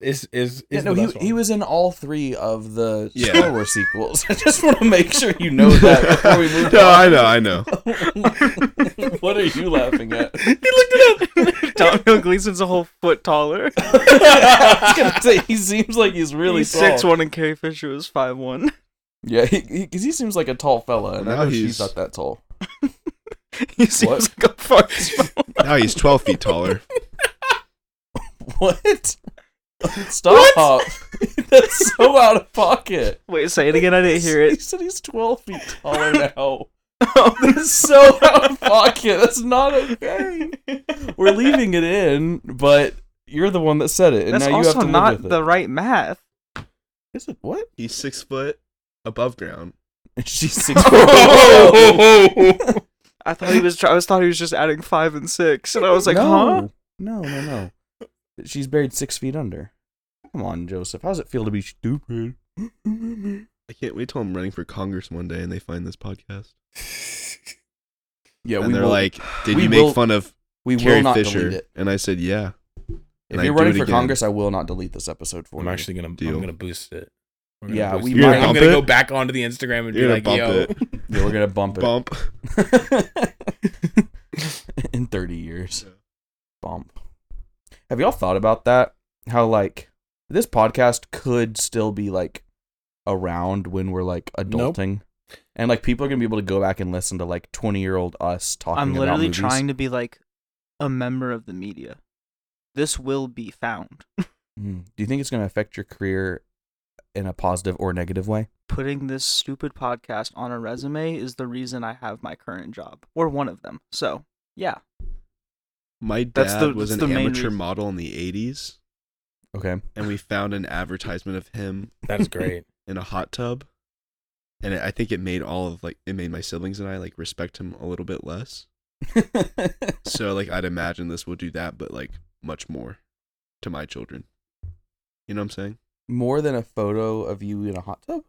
S2: is is
S1: Yeah,
S2: is the
S1: no, he,
S2: best
S1: he
S2: one.
S1: was in all three of the
S4: Yeah.
S1: Star Wars sequels. [laughs] I just want to make sure you know that before we move
S4: [laughs] no,
S1: on.
S4: I know, I know.
S1: [laughs] what are you laughing at? [laughs]
S3: [laughs] Domhnall Gleason's a whole foot taller.
S1: I was gonna say he seems like he's really
S3: He's
S1: tall.
S3: six one and Carrie Fisher was five one. [laughs]
S1: Yeah, he, he, 'cause he seems like a tall fella, and
S4: Well,
S1: I
S4: now
S1: know she's
S4: he's-
S1: not that tall.
S3: He seems like a fuck [laughs] small.
S4: Now he's twelve feet taller.
S1: What? [laughs] Stop! [laughs] That's so out of pocket.
S3: Wait, say it again, I didn't [laughs] hear
S1: He
S3: it.
S1: said he's twelve feet
S3: [laughs]
S1: taller now. [laughs] That's so out of pocket. That's not
S3: [laughs]
S1: okay. We're leaving it in, but you're the one that said it, and
S3: That's
S1: now you have
S3: also
S1: to
S3: not
S1: live with
S3: the
S1: it.
S3: right math.
S1: Is it what? [laughs]
S4: He's six foot above ground.
S3: [laughs]
S1: She's six.
S3: I thought he was. try- I was thought he was just adding five and six, and I was like,
S1: no.
S3: huh?
S1: No, no, no. She's buried six feet under. Come on, Joseph. How does it feel to be stupid? [gasps]
S4: I can't wait till I'm running for Congress one day and they find this podcast.
S1: Yeah,
S4: and they're
S1: will-
S4: like, "Did
S1: we
S4: you make
S1: will-
S4: fun of
S1: we
S4: Carrie
S1: will not
S4: Fisher?"
S1: delete it.
S4: And I said, "Yeah."
S1: If
S4: And I
S1: you're
S4: do
S1: running
S4: it
S1: for
S4: again.
S1: Congress, I will not delete this episode for
S2: I'm
S1: you.
S2: actually gonna
S4: Deal.
S2: I'm gonna boost it. We're gonna
S1: Yeah,
S2: boost
S1: we
S2: it.
S1: might-
S2: I'm
S4: Bump
S2: gonna
S4: it?
S2: go back onto the Instagram and be
S4: You're
S2: like,
S4: gonna bump
S2: yo,
S3: [laughs]
S4: it.
S1: yeah, we're gonna bump it
S4: Bump.
S1: [laughs] in 30 years.
S4: Yeah.
S1: Bump. Have y'all thought about that? How like this podcast could still be like around when we're like
S2: Nope.
S1: adulting, and like people are gonna be able to go back and listen to like 20 year old us talking.
S3: I'm
S1: about
S3: literally
S1: movies.
S3: trying to be like a member of the media. This will be found.
S1: Mm. Do you think it's going to affect your career in a positive or negative way?
S3: Putting this stupid podcast on a resume is the reason I have my current job, or one of them. So yeah,
S4: My dad
S3: That's the-
S4: was
S3: that's
S4: an
S3: the main
S4: amateur
S3: reason.
S4: model in the '80s,
S1: Okay. [laughs]
S4: and we found an advertisement of him
S2: That is
S4: [laughs]
S2: great.
S4: in a hot tub, and I think it made all of like it made my siblings and I like respect him a little bit less. So like I'd imagine this will do that, but like much more to my children. You know what I'm saying?
S1: More than a photo of you in a hot tub.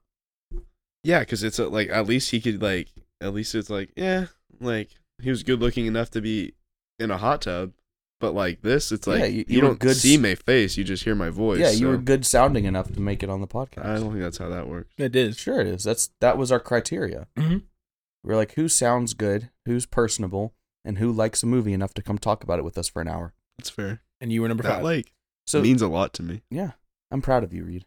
S4: Yeah, because it's a, like at least he could like at least it's like yeah like he was good looking enough to be in a hot tub, but like this it's like
S1: Yeah, you-
S4: you,
S1: you were
S4: don't
S1: good
S4: see
S1: s-
S4: my face, you just hear my voice.
S1: yeah, you were
S4: so
S1: good sounding enough to make it on the podcast.
S4: I don't think that's how that works.
S2: it is.
S1: Sure, it is. That's that was our criteria.
S2: Mhm.
S1: We were like, who sounds good, who's personable, and who likes a movie enough to come talk about it with us for an hour.
S4: That's fair.
S2: And you were number
S4: That
S2: five.
S4: like
S1: So
S4: means a lot to me.
S1: yeah, I'm proud of you, Reed.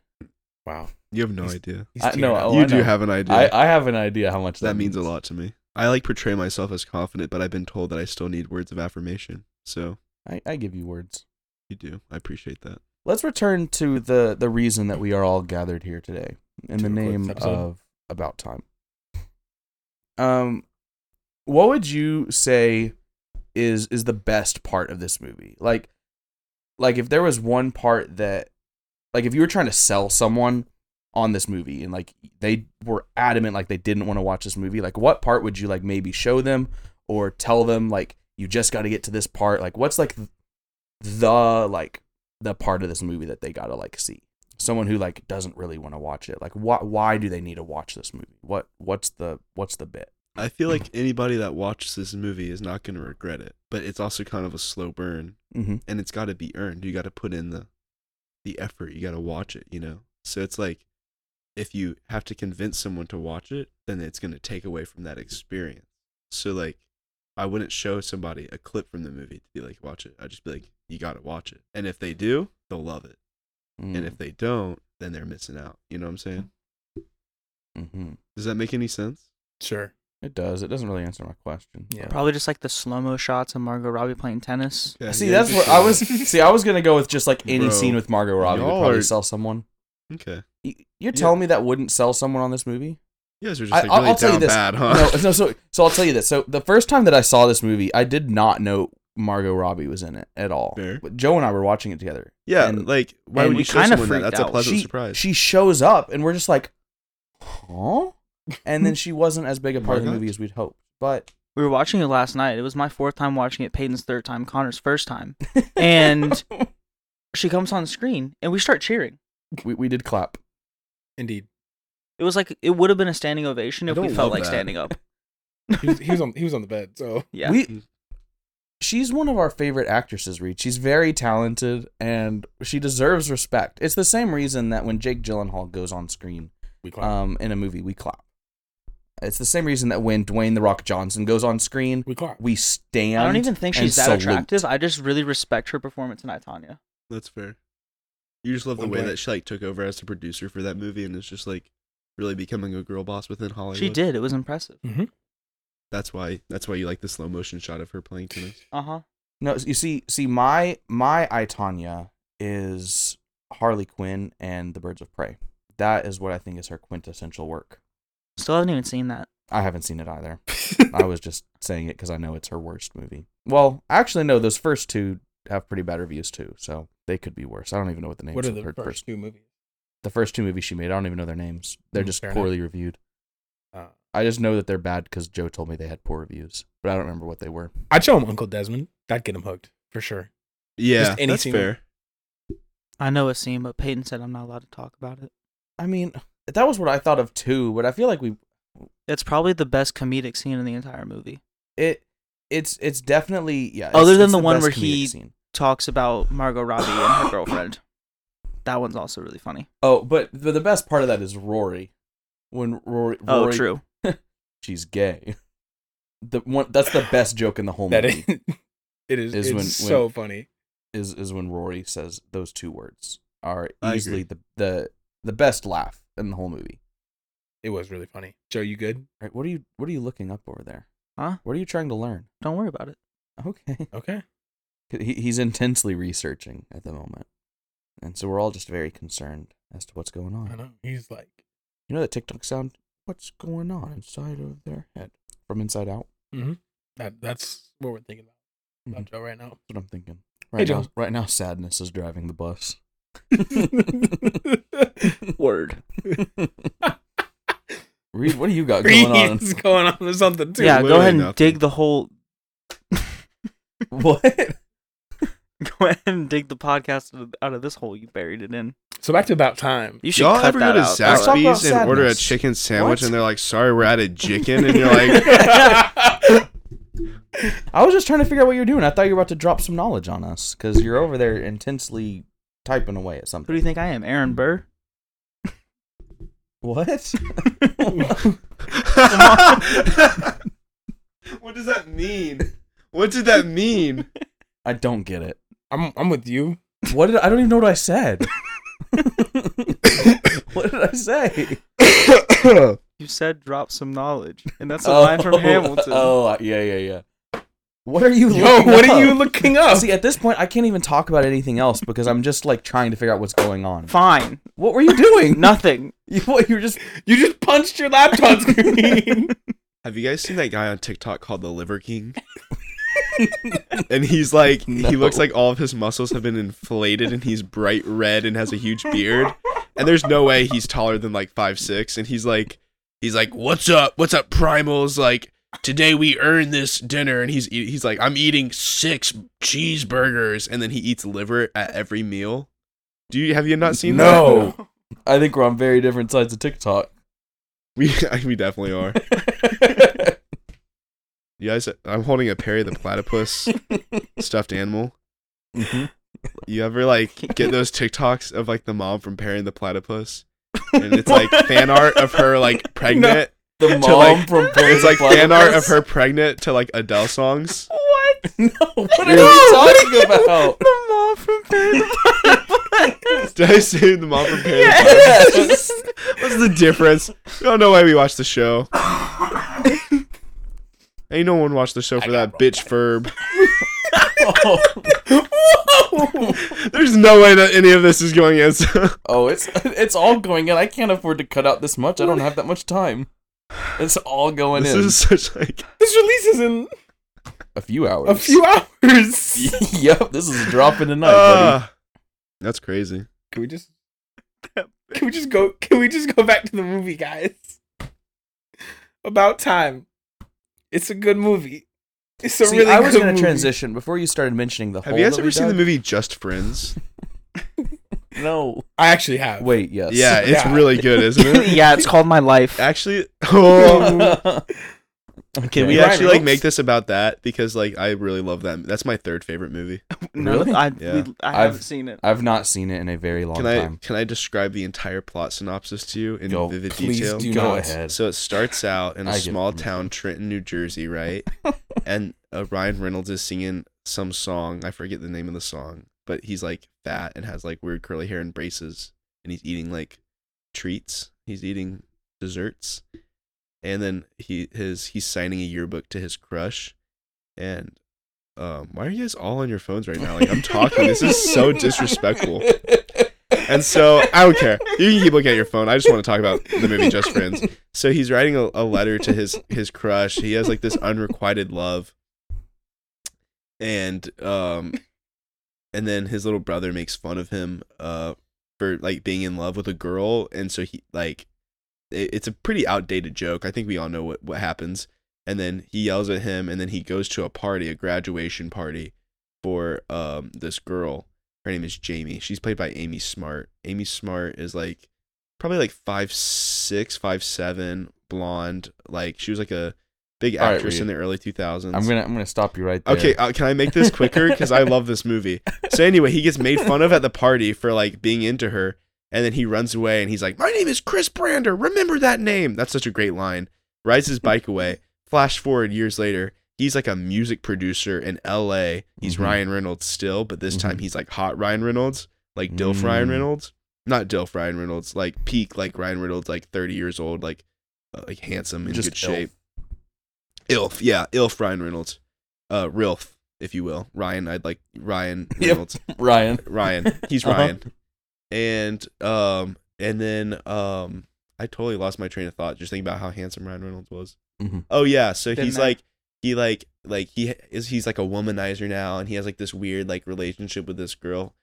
S2: wow.
S4: You have no
S2: He's-
S4: idea.
S2: He's
S1: I- no,
S2: tearing up.
S1: oh,
S4: you
S1: I
S4: do
S1: know.
S4: have an idea.
S1: I, I have an idea how much that,
S4: that means a lot to me. I like portray myself as confident, but I've been told that I still need words of affirmation. So
S1: I, I give you words.
S4: you do. I appreciate that.
S1: Let's return to the the reason that we are all gathered here today in
S2: To
S1: the
S2: record this
S1: name
S2: episode.
S1: of about time. Um what would you say is is the best part of this movie? Like like if there was one part that like if you were trying to sell someone on this movie and like they were adamant like they didn't want to watch this movie, like what part would you like maybe show them or tell them like you just got to get to this part? Like what's like the like the part of this movie that they gotta like see. Someone who like doesn't really want to watch it. Like why why do they need to watch this movie? What what's the what's the bit?
S4: I
S1: [clears throat]
S4: feel like anybody that watches this movie is not going to regret it, but it's also kind of a slow burn,
S1: Mm-hmm.
S4: and it's got to be earned. You got to put in the the effort. You got to watch it. You know. So it's like if you have to convince someone to watch it, then it's going to take away from that experience. So like, I wouldn't show somebody a clip from the movie to be like, watch it. I'd just be like, you got to watch it. And if they do, they'll love it. And
S1: Mm.
S4: if they don't, then they're missing out. You know what I'm saying?
S1: mm-hmm.
S4: Does that make any sense?
S2: Sure.
S1: it does, it doesn't really answer my question.
S2: Yeah.
S3: Probably just like the slow mo shots of Margot Robbie playing tennis.
S4: Okay,
S1: See,
S4: yeah,
S1: that's
S4: good
S1: what I
S4: shot.
S1: was. [laughs] See, I was gonna go with just like any
S4: Bro,
S1: scene with Margot Robbie would
S4: y'all
S1: probably
S4: are-
S1: sell someone.
S4: Okay.
S1: Y- You're telling me that wouldn't sell someone on this movie?
S4: You guys are just
S1: I-
S4: like
S1: I'll-
S4: really
S1: I'll tell you
S4: down
S1: this.
S4: bad, huh?
S1: no, no, so so I'll tell you this. So the first time that I saw this movie, I did not know Margot Robbie was in it at all.
S4: Fair.
S1: But Joe and I were watching it together.
S4: [laughs] Yeah,
S1: and-
S4: like why
S3: and
S4: would
S3: we
S4: you show
S3: kinda
S4: someone that?
S3: freaked
S4: That's
S3: out.
S4: a pleasant
S1: she,
S4: surprise.
S1: She shows up, and we're just like, huh? And
S4: [laughs]
S1: then she wasn't as big a part of the
S4: Margot?
S1: movie as we'd hoped. But
S3: We were watching it last night. It was my fourth time watching it, Peyton's third time, Connor's first time. And she comes on screen and we start cheering.
S1: [laughs] we, we did clap.
S2: Indeed.
S3: It was like it would have been a standing ovation
S4: I
S3: if we
S4: don't
S3: felt
S4: love
S3: like
S4: that.
S3: standing up.
S2: He was, he was on he was on the bed,
S1: [laughs] Um,
S2: so
S3: [laughs] Yeah.
S1: We, she's one of our favorite actresses, Reed. She's very talented, and she deserves respect. It's the same reason that when Jake Gyllenhaal goes on screen
S2: we clapped.
S1: um, in a movie, we clap. It's the same reason that when Dwayne The Rock Johnson goes on screen,
S2: we clapped.
S1: we stand.
S3: I don't even think
S1: and
S3: she's that
S1: salute.
S3: attractive. I just really respect her performance in I Tanya.
S4: That's fair. You just love the
S2: One
S4: way
S2: black-
S4: that she like took over as the producer for that movie and is just like really becoming a girl boss within Hollywood.
S3: She did. It was impressive.
S2: Mm-hmm.
S4: That's why. That's why you like the slow motion shot of her playing tennis.
S3: Uh huh.
S1: No, you see, see, my my I Tanya is Harley Quinn and the Birds of Prey. That is what I think is her quintessential work.
S3: Still haven't even seen that.
S1: I haven't seen it
S2: [laughs]
S1: either. I was just saying it because I know it's her worst movie. Well, actually, no, those first two have pretty bad reviews too, so they could be worse. I don't even know what the names
S2: What are
S1: of
S2: the
S1: her
S2: first
S1: first
S2: two movies?
S1: the first two movies she made. I don't even know their names. They're
S2: Mm,
S1: just
S2: fair enough.
S1: poorly reviewed.
S2: Uh,
S1: I just know that they're bad because Joe told me they had poor reviews, but I don't remember what they were.
S2: I'd show him Uncle Desmond. That'd get him hooked for sure.
S4: Yeah,
S2: Just any
S4: that's
S2: scene-
S4: fair.
S3: I know a scene, but Peyton said I'm not allowed to talk about it.
S1: I mean, that was what I thought of too, but I feel like we
S3: It's probably the best comedic scene in the entire movie.
S1: it it's it's definitely yeah.
S3: Other
S1: it's-
S3: than
S1: it's
S3: the one
S1: best
S3: where
S1: comedic
S3: he-
S1: scene.
S3: Talks about Margot Robbie and her girlfriend. That one's also really funny.
S1: Oh, but the, the best part of that is Rory, when Rory.
S3: Oh,
S1: Rory-
S3: true.
S1: She's gay. [laughs] The one that's the best joke in the whole
S2: [laughs] That
S1: movie
S2: is, it is,
S1: Oh, Is
S2: it's
S1: when- when-
S2: so funny.
S1: is is when Rory says those two words are
S4: I agree.
S1: easily the the the best laugh in the whole movie.
S2: It was really funny. Joe, you good?
S1: Right? What are you What are you looking up over there?
S3: Huh?
S1: What are you trying to learn? [laughs]
S3: Don't worry about it.
S1: Okay.
S2: Okay.
S1: He, he's intensely researching at the moment, and so we're all just very concerned as to what's going on.
S2: I know. He's like,
S1: You know that TikTok sound? What's going on inside of their head? From inside out?
S2: mm-hmm. that, that's what we're thinking about, about
S1: Mhm.
S2: Joe right now.
S1: That's what I'm thinking. Right now,
S2: Joe.
S1: [laughs] right now, sadness is driving the bus.
S3: Word.
S1: [laughs] Reed, what do you got going
S2: [laughs]
S1: on? [laughs]
S2: What's going on? There's something too.
S3: yeah, go
S4: literally
S3: ahead and
S4: nothing.
S3: dig the whole. [laughs]
S1: what?
S3: Go ahead and dig the podcast out of- out of this hole you buried it in.
S2: So back to about time.
S3: You should
S4: Y'all
S3: cut
S4: ever go
S3: that
S4: to
S3: out. That
S1: Let's talk about
S4: Zaxby's and order a
S1: sadness.
S4: chicken sandwich
S1: What?
S4: and they're like, sorry, we're out of chicken? And you're like,
S1: I was just trying to figure out what you were doing. I thought you were about to drop some knowledge on us because you're over there intensely typing away at
S3: Who
S1: something.
S3: do you think I am, Aaron Burr?
S1: [laughs] What?
S4: [laughs] what does that mean? What did that mean?
S1: [laughs]
S4: [laughs]
S1: I don't get it.
S2: I'm I'm
S1: [laughs]
S2: with you.
S1: What did I don't even know what I [laughs] said. what did I say?
S3: You said drop some knowledge, and
S1: [laughs]
S3: that's a line from Hamilton.
S1: Oh yeah, yeah, yeah. What are you?
S2: Yo,
S1: looking
S2: what are
S1: up?
S2: you looking up?
S1: See, at this point, I can't even talk about anything else because I'm just like trying to figure out what's going on.
S3: Fine,
S1: What were you
S3: [laughs]
S1: doing?
S3: nothing.
S1: [laughs] you, what, you were just
S2: You just punched
S1: [laughs]
S2: your laptop screen.
S4: Have you guys seen that guy on TikTok called the
S1: [laughs]
S4: Liver King? and he's like, he looks
S1: No.
S4: like all of his muscles have been inflated, and he's bright red and has a huge beard. And there's no way he's taller than like five six. And he's like, he's like, what's up? What's up, primals? Like today we earned this dinner. And he's eat- he's like, I'm eating six cheeseburgers, and then he eats liver at every meal. Do you have you not seen that? [laughs]
S1: no. I think we're on very different sides of TikTok. [laughs]
S4: We we definitely are. You guys, I'm holding a Perry
S1: [laughs]
S4: the Platypus stuffed animal. You ever like get those TikToks of like the mom from Perry and the Platypus,
S1: [laughs]
S4: and it's like fan art of her like pregnant.
S3: [laughs]
S1: The mom
S4: To, like-
S1: from Perry
S4: It's like
S1: the
S4: fan art of
S1: Platypus?
S4: her pregnant to like Adele songs.
S1: [laughs]
S4: [laughs]
S1: No, what are
S3: [laughs]
S4: No,
S1: you talking about?
S3: The mom from
S1: [laughs]
S3: Perry the Platypus.
S4: Did I say the mom from Perry? the Platypus?
S1: Yes.
S4: What's the difference? I don't know why we watch the show. Ain't no one watched the show for that bitch verb.
S1: [laughs] Oh. [laughs]
S4: There's no way that any of this is going in. [laughs] so-
S1: Oh, it's it's all going in. I can't afford to cut out this much. I don't have that much time. It's all going
S4: this
S1: in.
S4: is such like
S2: [laughs] this releases in
S1: a few hours. [laughs]
S2: a few [laughs] hours.
S1: yep, this is dropping tonight, buddy.
S4: Ah. that's crazy.
S2: Can we just Can we just go can we just go back to the movie, guys? About time. It's a good movie. It's a
S1: See,
S2: really
S1: I was
S2: good
S1: gonna
S2: movie.
S1: transition before you started mentioning the.
S4: Have
S1: hole
S4: you guys
S1: that
S4: ever
S1: we
S4: seen the
S1: dug.
S4: movie Just Friends?
S1: No.
S2: I actually
S1: [laughs]
S2: have. [laughs]
S1: Wait. Yes.
S4: Yeah, it's
S2: Yeah.
S4: really good, isn't
S3: [laughs]
S4: it?
S3: yeah, it's called My Life.
S1: [laughs]
S4: Actually, [laughs] oh,
S1: Okay.
S4: can we
S2: Ryan
S4: actually like
S2: Reynolds?
S4: make this about that? Because like I really love that. That's my third favorite movie.
S3: No,
S1: Really?
S3: I,
S4: Yeah.
S3: we, I
S1: I've-
S3: haven't seen it.
S1: I've not seen it in a very long
S4: Can I
S1: time.
S4: can I describe the entire plot synopsis to you in
S1: Yo,
S4: vivid
S1: please
S4: detail?
S1: do
S2: Go
S1: not.
S2: ahead.
S4: So it starts out in a
S1: I get
S4: small
S1: it.
S4: town, Trenton, New
S1: [laughs]
S4: Jersey, right? and uh, Ryan Reynolds is singing some song. I forget the name of the song, but he's like fat and has like weird curly hair and braces, and he's eating like treats. He's eating desserts, and then he his he's signing a yearbook to his crush, and. Um, why are you guys all on your phones right now? Like I'm talking. This is so
S1: [laughs]
S4: disrespectful. And so I don't care. You can keep looking at your phone. I just want to talk about the movie
S1: [laughs]
S4: Just Friends. So he's writing a, a letter to his his crush. He has like this unrequited love, and
S1: [laughs]
S4: um, and then his little brother makes fun of him uh for like being in love with a girl, and so he like it, it's a pretty outdated joke. I think we all know what what happens. And then he yells at him, and then he goes to a party, a graduation party, for um this girl. Her name is Jamie. She's played by Amy Smart. Amy Smart is like probably like five six, five seven, blonde. Like she was like a big
S1: All right,
S4: actress in
S1: Reed.
S4: the early two thousands.
S1: I'm gonna I'm gonna stop you right there.
S4: Okay, uh, can I make this quicker? Because I love this movie. So anyway, he gets made fun of at the party for like being into her, and then he runs away and he's like, "My name is Chris Brander. Remember that name." That's such a great line. Rides his bike away. Flash forward years later, he's like a music producer in L.A. He's
S1: Mhm.
S4: Ryan Reynolds still, but this time
S1: Mhm.
S4: he's like hot Ryan Reynolds, like Dilf Ryan
S1: Mm.
S4: Reynolds, not Dilf Ryan Reynolds, like peak like Ryan Reynolds, like thirty years old, like uh, like handsome in
S1: Just
S4: good shape. Ilf, yeah, Ilf Ryan Reynolds, uh, Rilf, if you will. Ryan, I'd like Ryan
S1: [laughs] Yep.
S4: Reynolds.
S1: [laughs] Ryan.
S4: Ryan, he's
S1: Uh-huh.
S4: Ryan, and um, and then um, I totally lost my train of thought just thinking about how handsome Ryan Reynolds was.
S1: Mhm.
S4: Oh yeah, so
S3: Didn't
S4: he's
S3: I?
S4: like he like like he is he's like a womanizer now, and he has like this weird like relationship with this girl,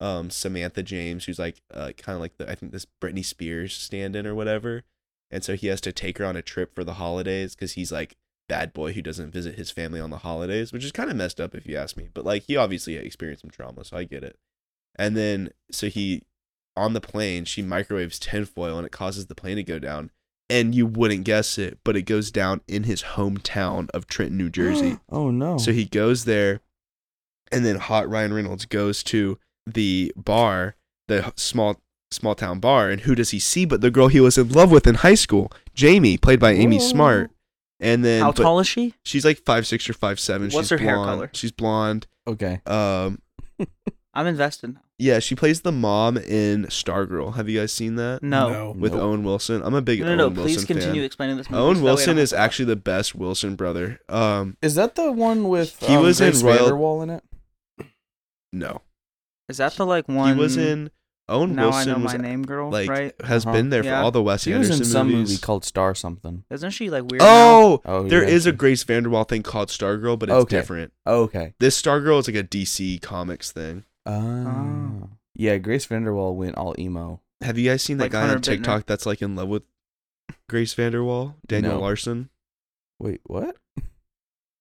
S4: um Samantha James, who's like uh, kind of like the I think this Britney Spears stand-in or whatever, and so he has to take her on a trip for the holidays because he's like bad boy who doesn't visit his family on the holidays, which is kind of messed up if you ask me. But like he obviously experienced some trauma, so I get it. And then so he on the plane, she microwaves tinfoil and it causes the plane to go down. And you wouldn't guess it, but it goes down in his hometown of Trenton,
S3: [gasps]
S4: New Jersey.
S1: Oh no.
S4: So he goes there, and then Hot Ryan Reynolds goes to the bar, the h- small small town bar, and who does he see but the girl he was in love with in high school, Jamie, played by Amy Smart. And then
S3: How
S4: but
S3: tall is she?
S4: she's like five six or five seven.
S3: What's
S4: she's
S3: her
S4: blonde.
S3: hair color?
S4: She's blonde.
S1: okay.
S4: Um,
S3: I'm invested. now.
S4: yeah, she plays the mom in Stargirl. Have you guys seen that
S3: No.
S4: with
S1: Nope.
S4: Owen Wilson? I'm a big
S3: Mm, No, no, no.
S4: Owen Wilson
S3: Please continue
S4: fan.
S3: explaining this movie. so
S4: Owen
S3: that way I don't
S4: Wilson
S3: have
S4: is
S3: to watch
S4: actually the best Wilson brother. Um,
S1: Is that the one with
S4: He
S1: um,
S4: was in
S1: Grace
S4: Royal-
S1: Vanderwall in it?
S4: no,
S3: it. Is that the like one?
S4: he was in Owen
S3: Now I know
S4: Wilson
S3: my
S4: was
S3: name, girl.
S4: like
S3: right?
S4: has
S1: Uh-huh.
S4: been there
S3: Yeah.
S4: for all the Wes
S1: She was
S4: Anderson
S1: in some
S4: movies.
S1: movie called Star something.
S3: Isn't she like weird? now?
S4: oh,
S1: Oh,
S4: there
S1: yeah.
S4: is a Grace Vanderwall thing called Stargirl, but it's
S1: Okay.
S4: different.
S1: Okay.
S4: This Stargirl is like a DC Comics thing.
S1: Oh. Yeah, Grace Vanderwall went all emo.
S4: Have you guys seen that
S3: Like
S4: guy
S3: Hunter
S4: on
S3: Bittner.
S4: TikTok that's like in love with Grace Vanderwall, Daniel
S1: No.
S4: Larson?
S1: Wait, what?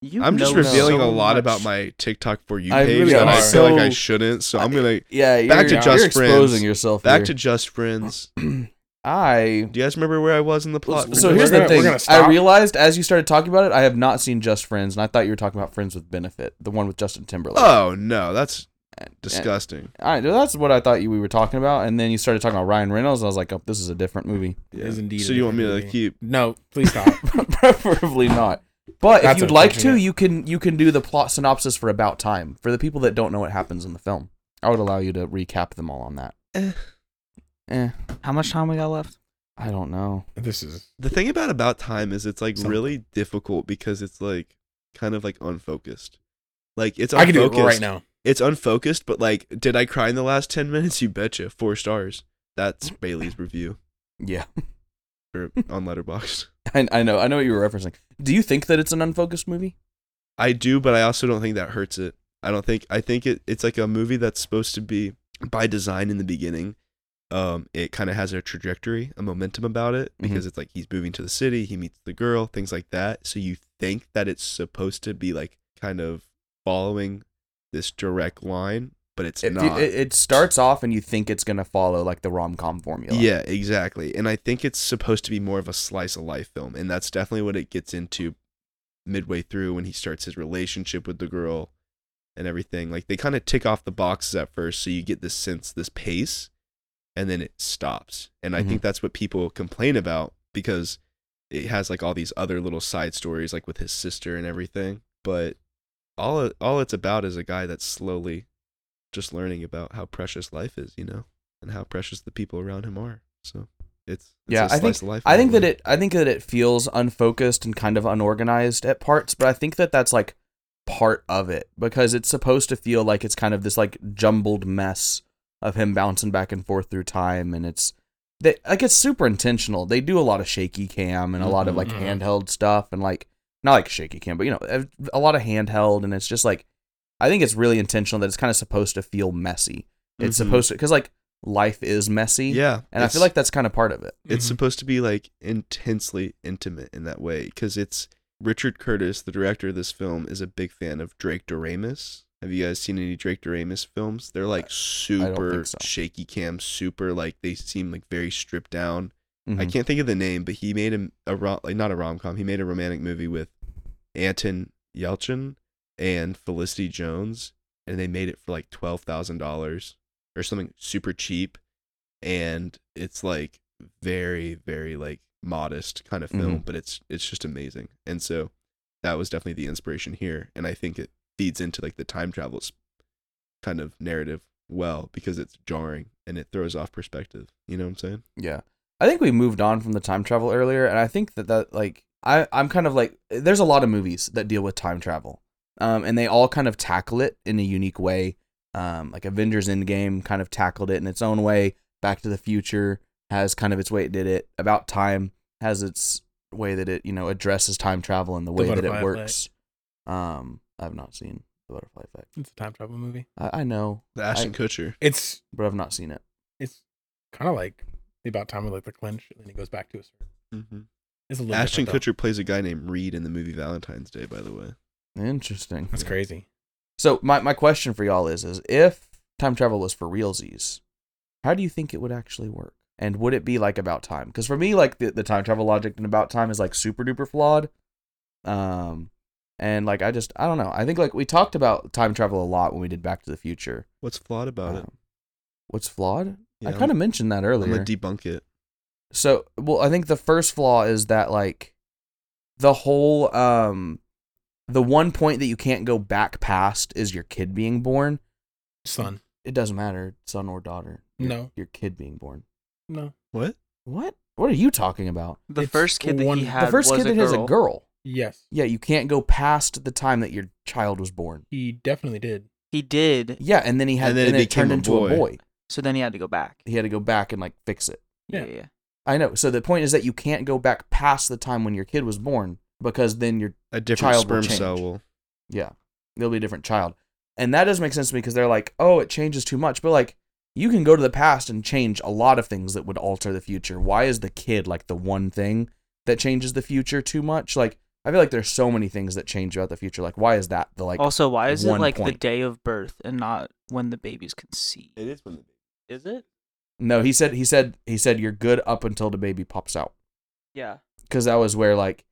S3: you
S4: I'm just
S3: know
S4: revealing
S3: so
S4: a lot
S3: much.
S4: about my TikTok for you
S1: I
S4: page
S1: really
S4: that I
S2: are.
S4: feel like I
S1: So-
S4: shouldn't. So I'm
S1: I-
S4: gonna
S1: Yeah, you're,
S4: Back to
S1: you're
S4: Just
S1: exposing
S4: Friends.
S1: yourself.
S4: back to just friends.
S1: to I.
S4: Do you guys remember where I was in the plot?
S1: So
S2: we're
S1: here's the
S2: gonna- we're
S1: thing.
S2: gonna
S1: I
S2: stop.
S1: realized as you started talking about it, I have not seen Just Friends, and I thought you were talking about Friends with Benefit, the one with Justin Timberlake.
S4: Oh no, that's
S1: And- and-
S4: disgusting.
S1: I, that's what I thought you we were talking about, and then you started talking about Ryan Reynolds. And I was like, oh, this is a different movie. [laughs]
S4: Yeah.
S2: is indeed
S4: so
S2: a
S4: you want me to
S2: different
S4: like, keep?
S2: No, please
S4: [laughs]
S2: stop.
S1: Preferably not. But
S2: That's
S1: if you'd like to,
S2: unfortunate.
S1: you can you can do the plot synopsis for About Time for the people that don't know what happens in the film. I would allow you to recap them all on that.
S4: Eh.
S1: Eh,
S3: How much time we got left?
S1: I don't know.
S2: this is
S4: The thing about about time is it's like
S2: Something.
S4: really difficult because it's like kind of like unfocused. Like it's
S2: I can
S4: unfocused.
S2: do it right now.
S4: It's unfocused, but like, did I cry in the last ten minutes? You betcha. Four stars. That's Bailey's review
S1: Yeah, [laughs]
S4: for on Letterboxd.
S1: I, I know. I know what you were referencing. Do you think that it's an unfocused movie?
S4: I do, but I also don't think that hurts it. I don't think I think it, it's like a movie that's supposed to be by design in the beginning. Um, it kind of has a trajectory, a momentum about it
S1: Mm-hmm.
S4: because it's like he's moving to the city, he meets the girl, things like that. So you think that it's supposed to be like kind of following this direct line, but it's
S1: If you-
S4: not.
S1: it, it starts off and you think it's gonna follow like the rom com formula.
S4: Yeah, exactly. And I think it's supposed to be more of a slice of life film, and that's definitely what it gets into midway through when he starts his relationship with the girl and everything. Like they kind of tick off the boxes at first, so you get this sense, this pace, and then it stops. And I think that's what people complain about because it has like all these other little side stories like with his sister and everything, but all it, all it's about is a guy that's slowly just learning about how precious life is, you know, and how precious the people around him are. So it's, it's
S1: yeah,
S4: a
S1: I
S4: slice
S1: think
S4: of life
S1: I think that
S4: movie.
S1: it I think that it feels unfocused and kind of unorganized at parts, but I think that that's like part of it because it's supposed to feel like it's kind of this like jumbled mess of him bouncing back and forth through time and it's they like it's super intentional. They do a lot of shaky cam and a
S4: Mm-hmm,
S1: lot of like
S2: Mhm.
S1: handheld stuff and like not like shaky cam, but you know, a- a lot of handheld and it's just like I think it's really intentional that it's kind of supposed to feel messy. It's
S4: Mhm.
S1: supposed to cuz like life is messy.
S4: yeah,
S1: And I
S4: it's-
S1: feel like that's kind of part of it.
S4: it's
S2: Mhm.
S4: supposed to be like intensely intimate in that way because it's Richard Curtis, the director of this film, is a big fan of Drake Doremus. Have you guys seen any Drake Doremus films? They're like
S1: don't
S4: super
S1: think so.
S4: shaky cam, super like they seem like very stripped down. I
S2: Mm-hmm.
S1: Mhm.
S4: can't think of the name, but he made a, a rom, like not a rom com. He made a romantic movie with Anton Yelchin and Felicity Jones, and they made it for like twelve thousand dollars or something super cheap, and it's like very very like modest kind of film, but it's it's just amazing. And so that was definitely the inspiration here, and I think it feeds into like the time travel s- kind of narrative well because it's jarring and it throws off perspective. You know what I'm saying?
S1: Yeah. I think we moved on from the time travel earlier, and I think that that like I I'm kind of like there's a lot of movies that deal with time travel, um, and they all kind of tackle it in a unique way. Um, like Avengers Endgame kind of tackled it in its own way. Back to the Future has kind of its way it did it. About Time has its way that it you know addresses time travel and the way that
S2: Butterfly
S1: it
S2: Effect.
S1: works. Um, I've not seen the Butterfly Effect.
S2: It's a time travel movie.
S1: I, I know,
S4: The Ashton Kutcher.
S2: It's
S1: but I've not seen it.
S2: it's kind of like the about time with like the clinch, and then he goes back to his. It's a little
S4: Mm-hmm. Ashton
S2: different, though.
S4: Kutcher plays a guy named Reed in the movie Valentine's Day. By the way,
S1: Interesting.
S2: That's crazy.
S1: So my, my question for y'all is is if time travel was for realsies, how do you think it would actually work? And would it be like about time? Because for me, like the, the time travel logic and about time is like super duper flawed. Um and like I just I don't know. I think like we talked about time travel a lot when we did Back to the Future.
S4: what's flawed about it?
S1: Um, what's flawed?
S4: Yeah,
S1: I
S4: I'm-
S1: kind of mentioned that
S4: I'm
S1: earlier.
S4: gonna debunk it.
S1: So, well, I think the first flaw is that like the whole um the one point that you can't go back past is your kid being born.
S2: Son,
S1: It doesn't matter, son or daughter. Your,
S2: No.
S1: your kid being born.
S2: no.
S4: Oh. What?
S1: What? What are you talking about?
S3: The
S2: It's
S3: first kid that
S2: one-
S3: he
S2: the
S3: had
S1: the first
S3: was
S1: kid that has a girl.
S2: Yes,
S1: Yeah, you can't go past the time that your child was born.
S2: he definitely did.
S3: He did.
S1: Yeah, and then he had
S4: And then it
S1: it, turned
S4: became a
S1: into
S4: boy.
S1: a boy.
S3: So then he had to go back.
S1: He had to go back and like fix it.
S2: Yeah.
S3: Yeah, yeah.
S1: I know. So the point is that you can't go back past the time when your kid was born because then your
S4: A different
S1: Child will
S4: sperm cell
S1: change.
S4: will.
S1: Yeah. They'll be a different child. And that does make sense to me because they're like, oh, it changes too much. But like, you can go to the past and change a lot of things that would alter the future. Why is the kid like the one thing that changes the future too much? Like, I feel like there's so many things that change about the future. Like, why is that the like?
S3: also, why is it
S1: one
S3: like the
S1: point.
S3: day of birth and not when the baby's conceived?
S4: It is when the
S3: Is it?
S1: no, he said he said he said you're good up until the baby pops out
S3: Yeah.
S1: because that was where like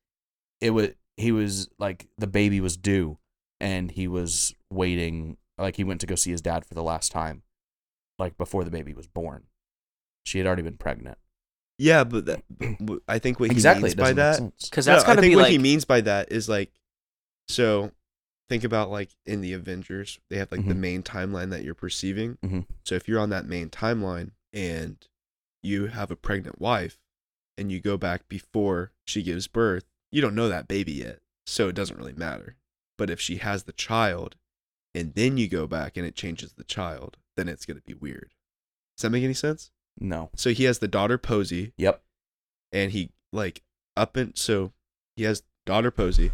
S1: it was he was like the baby was due and he was waiting like he went to go see his dad for the last time like before the baby was born she had already been pregnant
S4: Yeah, but [clears throat] that, but I think what he
S1: exactly
S4: means
S1: it
S4: by
S1: doesn't make
S4: that
S1: sense.
S3: Because that's
S4: No,
S3: gotta
S4: I think
S3: be
S4: what
S3: like
S4: he means by that is like, so think about like in the Avengers, they have like the
S1: Mhm.
S3: Mm-hmm.
S4: main timeline that you're perceiving.
S1: Mhm.
S4: So if you're on that main timeline and you have a pregnant wife and you go back before she gives birth, you don't know that baby yet. So it doesn't really matter. But if she has the child and then you go back and it changes the child, then it's going to be weird. Does that make any sense?
S1: no
S4: So he has the daughter Posey
S1: yep
S4: and he like up and so he has
S3: [coughs]
S4: daughter Posey.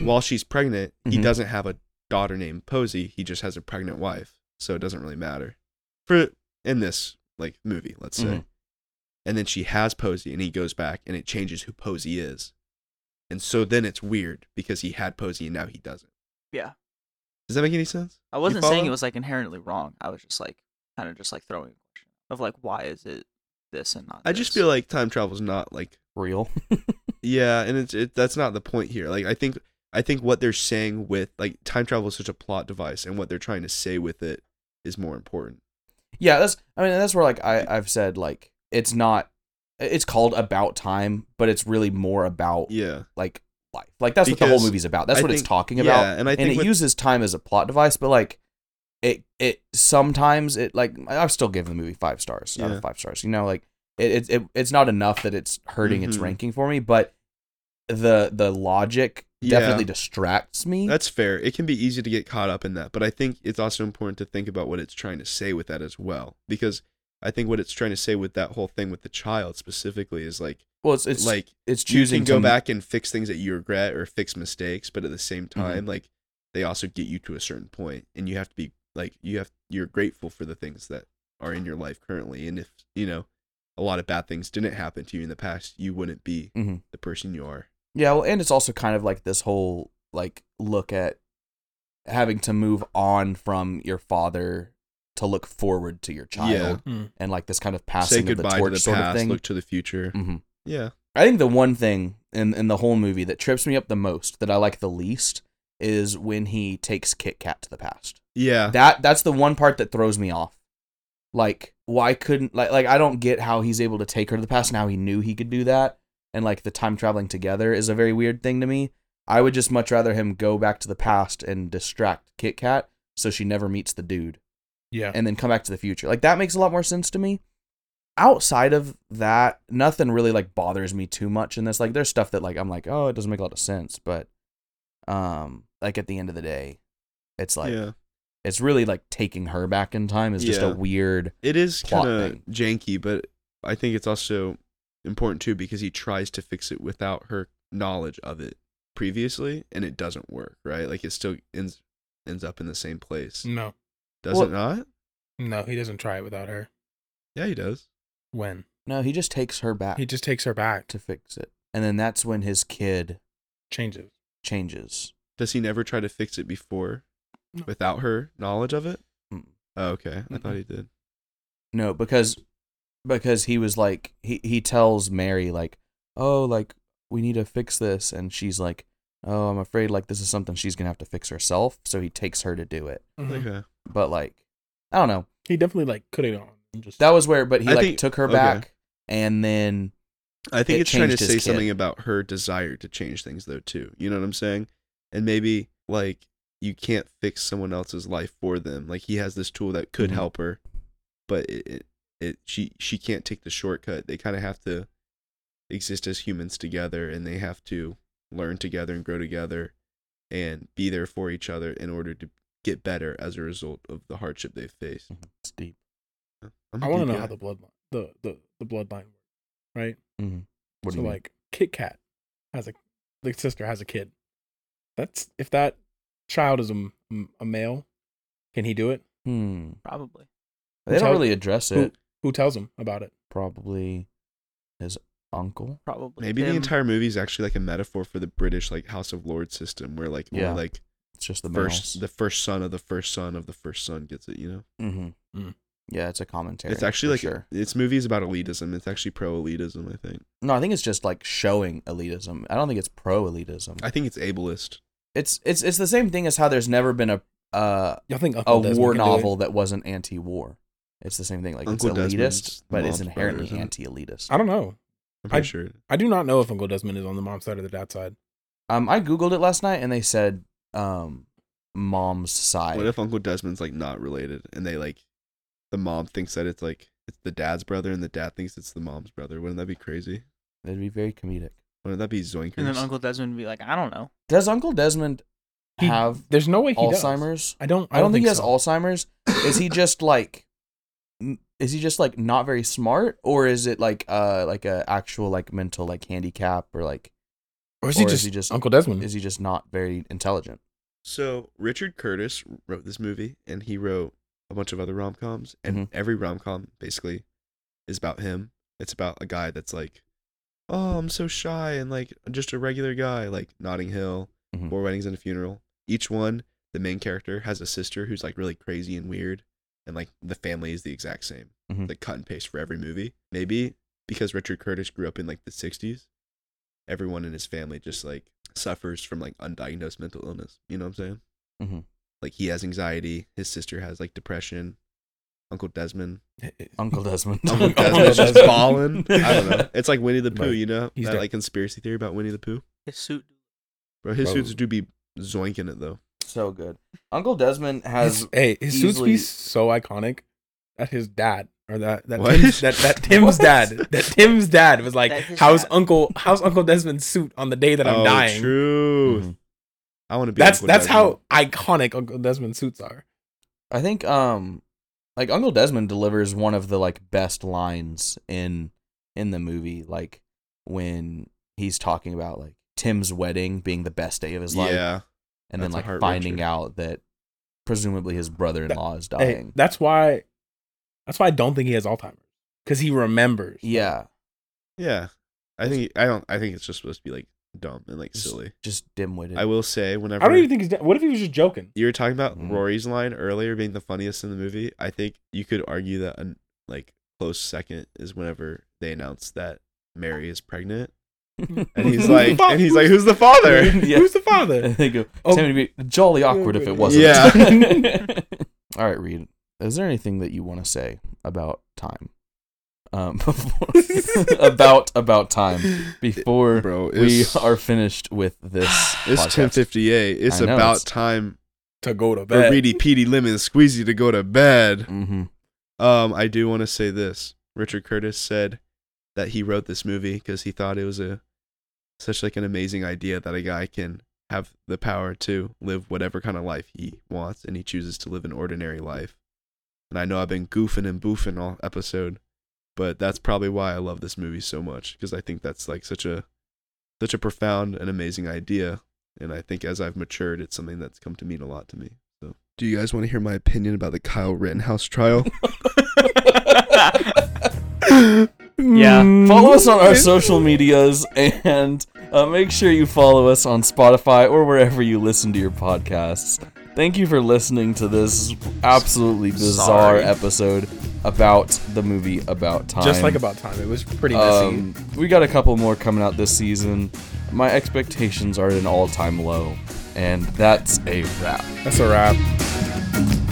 S4: While she's pregnant, he
S3: Mm-hmm.
S1: Mhm.
S4: doesn't have a daughter named Posey. He just has a pregnant wife, so it doesn't really matter for in this like movie, let's say.
S3: Mm-hmm.
S1: Mhm.
S4: And then she has Posey, and he goes back, and it changes who Posey is, and so then it's weird because he had Posey and now he doesn't.
S3: yeah.
S4: Does that make any sense?
S3: I
S4: You
S3: wasn't saying
S4: follow?
S3: it was like inherently wrong. I was just like kind of just like throwing a question of like why is it this and not.
S4: I just
S3: this?
S4: feel like time travel's not like
S1: real [laughs]
S4: Yeah, and it's it, that's not the point here. Like I think I think what they're saying with like time travel is such a plot device, and what they're trying to say with it is more important.
S1: yeah that's i mean that's where like I, i've said like it's not it's called about time but it's really more about
S4: Yeah,
S1: like life like that's what the whole
S4: Because
S1: movie's about that's
S4: I
S1: what it's
S4: think-
S1: talking about
S4: yeah, and I
S1: and
S4: think
S1: it
S4: with-
S1: uses time as a plot device, but like it it sometimes it like I still give the movie five stars out
S4: Yeah.
S1: of five stars. You know, like it, it, it it's not enough that it's hurting its
S4: Mhm.
S1: ranking for me, but the the logic definitely
S4: Yeah.
S1: distracts me.
S4: that's fair. It can be easy to get caught up in that, but I think it's also important to think about what it's trying to say with that as well, because I think what it's trying to say with that whole thing with the child specifically is like
S1: well, it's it's like
S4: like
S1: it's
S4: choosing
S1: choosing
S4: you can go
S1: to-
S4: back and fix things that you regret or fix mistakes, but at the same
S1: Mm-hmm.
S4: time, like they also get you to a certain point, and you have to be like you have you're grateful for the things that are in your life currently, and if you know a lot of bad things didn't happen to you in the past, you wouldn't be
S1: Mhm.
S4: the person you are.
S1: Yeah, well, and it's also kind of like this whole like look at having to move on from your father to look forward to your child
S2: Mm.
S1: and like this kind of
S4: Say
S1: passing of the
S4: goodbye
S1: torch
S4: to the
S1: sort
S4: past,
S1: of thing.
S4: look to the future.
S1: hmm
S4: Yeah,
S1: I think the one thing in in the whole movie that trips me up the most, that I like the least, is when he takes Kit Kat to the past.
S4: yeah,
S1: That that's the one part that throws me off. Like, why couldn't like like I don't get how he's able to take her to the past and how he knew he could do that. And like the time traveling together is a very weird thing to me. I would just much rather him go back to the past and distract Kit Kat so she never meets the dude
S2: Yeah,
S1: and then come back to the future. Like that makes a lot more sense to me. Outside of that, nothing really like bothers me too much in this. Like there's stuff that like I'm like, oh, it doesn't make a lot of sense, but um like at the end of the day, it's like
S4: yeah.
S1: it's really like taking her back in time is just a
S4: Yeah.
S1: weird
S4: It is
S1: plot
S4: kind of
S1: thing.
S4: janky, but I think it's also important too because he tries to fix it without her knowledge of it previously, and it doesn't work. Right, like it still ends ends up in the same place.
S2: No,
S4: Does
S1: Mm, Well-
S4: it not?
S2: no, he doesn't try it without her.
S4: Yeah, he does.
S2: When
S1: No, he just takes her back
S2: he just takes her back,
S1: to fix it. And then that's when his kid
S2: changes.
S1: changes.
S4: Does he never try to fix it before
S2: No.
S4: without her knowledge of it?
S1: Mm.
S4: Oh, okay. I thought
S2: Mm-mm.
S4: he did.
S1: No, because because he was like he he tells Mary like, "Oh, like we need to fix this." And she's like, "Oh, I'm afraid like this is something she's going to have to fix herself." So he takes her to do it.
S4: Okay.
S1: But like I don't know.
S2: Mm-hmm. He definitely like cut it on. and Just
S1: That was where but he
S4: I
S1: like
S4: think-
S1: took her
S4: okay.
S1: back and then
S4: I think
S1: It
S4: it's trying to
S1: changed his
S4: say
S1: kid.
S4: something about her desire to change things though too. You know what I'm saying? And maybe like you can't fix someone else's life for them. Like he has this tool that could
S1: Mhm.
S4: help her, but it, it it she she can't take the shortcut. They kind of have to exist as humans together and they have to learn together and grow together and be there for each other in order to get better as a result of the hardship they face.
S2: Mm-hmm.
S1: it's deep.
S4: I'm a
S2: I want to
S4: deep
S2: know
S4: guy.
S2: how the bloodline, the the the bloodline works, right?
S1: Mhm. What do
S2: so
S1: you mean?
S2: like Kit Kat has a the sister has a kid. That's if that child is a, m- a male, can he do it?
S1: Hmm.
S3: Probably.
S1: They
S2: Who's
S1: don't
S2: how-
S1: really address
S2: Who
S1: it.
S2: who tells him about it?
S1: Probably his uncle.
S3: Probably.
S4: Maybe the
S3: Him.
S4: entire movie is actually like a metaphor for the British like House of Lords system, where like where
S1: Yeah.
S4: like
S1: It's just the
S4: first
S1: mouse.
S4: the first son of the first son of the first son gets it. You know,
S1: hmm
S2: Mm.
S1: Yeah, it's a commentary.
S4: it's actually like
S1: for sure.
S4: it's movies about elitism. It's actually pro elitism. I think.
S1: no. I think it's just like showing elitism. I don't think it's pro elitism.
S4: I think it's ableist.
S1: It's it's it's the same thing as how there's never been a uh,
S2: I think Uncle
S1: a
S2: Desmond
S1: war
S2: can do it.
S1: novel that wasn't anti-war. It's the same thing. Like
S4: Uncle
S1: it's elitist,
S4: Desmond's
S1: but it's
S4: mom's brother,
S1: inherently
S4: isn't it?
S1: anti-elitist.
S2: I don't know.
S4: I'm pretty
S2: I-
S4: sure.
S2: I do not know if Uncle Desmond is on the mom's side or the dad's side.
S1: Um, I googled it last night and they said um, mom's side.
S4: What if Uncle Desmond's like not related, and they like the mom thinks that it's like it's the dad's brother, and the dad thinks it's the mom's brother? Wouldn't that be crazy?
S1: That'd be very comedic.
S4: Wouldn't that be zoinkers?
S3: And then Uncle Desmond would be like, I don't know.
S1: Does Uncle Desmond
S2: He-
S1: have
S2: There's no way he does.
S1: Alzheimer's?
S2: I don't.
S1: I don't, think, he has
S2: so.
S1: Alzheimer's. Is he just like, n- is he just like not very smart, or is it like uh like a actual like mental like handicap or like
S2: Or is he
S1: or
S2: just,
S1: is he just-
S2: Uncle Desmond?
S1: is he just not very intelligent?
S4: So Richard Curtis wrote this movie, and he wrote a bunch of other rom coms, and
S1: Mhm.
S4: every rom com basically is about him. It's about a guy that's like, oh, I'm so shy, and like just a regular guy, like Notting Hill,
S1: Mhm.
S4: Four Weddings and a Funeral. Each one, the main character has a sister who's like really crazy and weird, and like the family is the exact same,
S1: Mhm.
S4: like cut and paste for every movie. Maybe because Richard Curtis grew up in like the '60s, everyone in his family just like suffers from like undiagnosed mental illness. You know what I'm saying?
S2: Mm-hmm.
S1: Mhm.
S4: Like he has anxiety. His sister has like depression.
S2: [laughs]
S4: Uncle Desmond.
S1: [laughs] Uncle Desmond.
S4: Uncle
S2: Uncle
S4: Desmond's just
S2: Desmond.
S4: fallen.
S2: [laughs]
S4: I don't know. It's like Winnie the Pooh.
S2: Right.
S4: You know
S2: He's
S4: that
S2: dead.
S4: like conspiracy theory about Winnie the Pooh.
S3: His suit.
S4: Bro, his
S2: Bro.
S4: suits do be zoinking it though.
S1: So good. Uncle Desmond has.
S2: His- hey, his suits
S1: easily-
S2: be so iconic that his dad or that that
S4: What?
S2: Tim's, that,
S1: [laughs]
S2: that Tim's
S4: What?
S2: dad that Tim's dad was like,
S3: That his
S2: "How's
S3: dad."
S2: Uncle How's Uncle Desmond's suit on the day that I'm
S4: oh,
S2: dying?" Mm-hmm.
S4: Truth.
S1: Mhm.
S4: I want to be.
S2: That's
S4: Uncle
S2: that's
S4: Desmond.
S2: how iconic Uncle Desmond's suits are.
S1: I think um, like Uncle Desmond delivers one of the like best lines in in the movie, like when he's talking about like Tim's wedding being the best day of his life.
S4: yeah.
S1: and then
S4: That's a
S1: like
S4: heart
S1: finding
S4: wrencher.
S1: out that presumably his brother-in-law is
S2: Hey,
S1: dying.
S2: that's why that's why I don't think he has Alzheimer's because he remembers.
S1: yeah,
S4: Yeah. I think I don't. I think it's just supposed to be like dumb and like
S1: Just-
S4: silly.
S1: just dim-witted. [laughs]
S4: I will say whenever
S2: I don't even think he's. dead. What if he was just joking?
S4: you were talking about
S1: Mhm.
S4: Rory's line earlier being the funniest in the movie. I think you could argue that a like close second is whenever they announce that Mary is pregnant, and
S1: [laughs]
S4: he's
S2: Who's the
S4: like,
S2: fa-
S4: and he's like, who's the father?
S1: Yeah. [laughs]
S2: [laughs] Who's the father?
S1: And they go,
S2: Oh.
S1: Tim, it'd be jolly awkward if it wasn't.
S4: Yeah.
S1: [laughs]
S4: [laughs]
S1: All right, Reed. Is there anything that you want to say about time?
S4: [laughs]
S1: Um, [laughs] about about time Um, before
S4: Bro,
S1: we
S4: it's,
S1: are finished with
S4: [sighs]
S1: this.
S4: it's
S1: podcast.
S4: ten fifty eight. It's
S1: I know,
S4: about
S1: it's-
S4: time
S2: To go to
S4: for
S2: bed.
S4: Reedy Petey Lemon Squeezy to go to bed.
S1: Mhm.
S4: Um, I do want to say this. Richard Curtis said that he wrote this movie because he thought it was a such like an amazing idea that a guy can have the power to live whatever kind of life he wants, and he chooses to live an ordinary life. And I know I've been goofing and boofing all episode, but that's probably why I love this movie so much because I think that's like such a such a profound and amazing idea. And I think as I've matured, it's something that's come to mean a lot to me. Do you guys want to hear my opinion about the Kyle Rittenhouse trial? Mm,
S3: Yeah.
S1: Follow us on our
S2: Mm-hmm.
S1: social medias and uh, make sure you follow us on Spotify or wherever you listen to your podcasts. Thank you for listening to this absolutely bizarre
S5: Sorry.
S1: episode about the movie About Time.
S2: Just like about time, it was pretty messy.
S1: Um, we got a couple more coming out this season. My expectations are at an all time low, and that's a wrap.
S2: That's a wrap.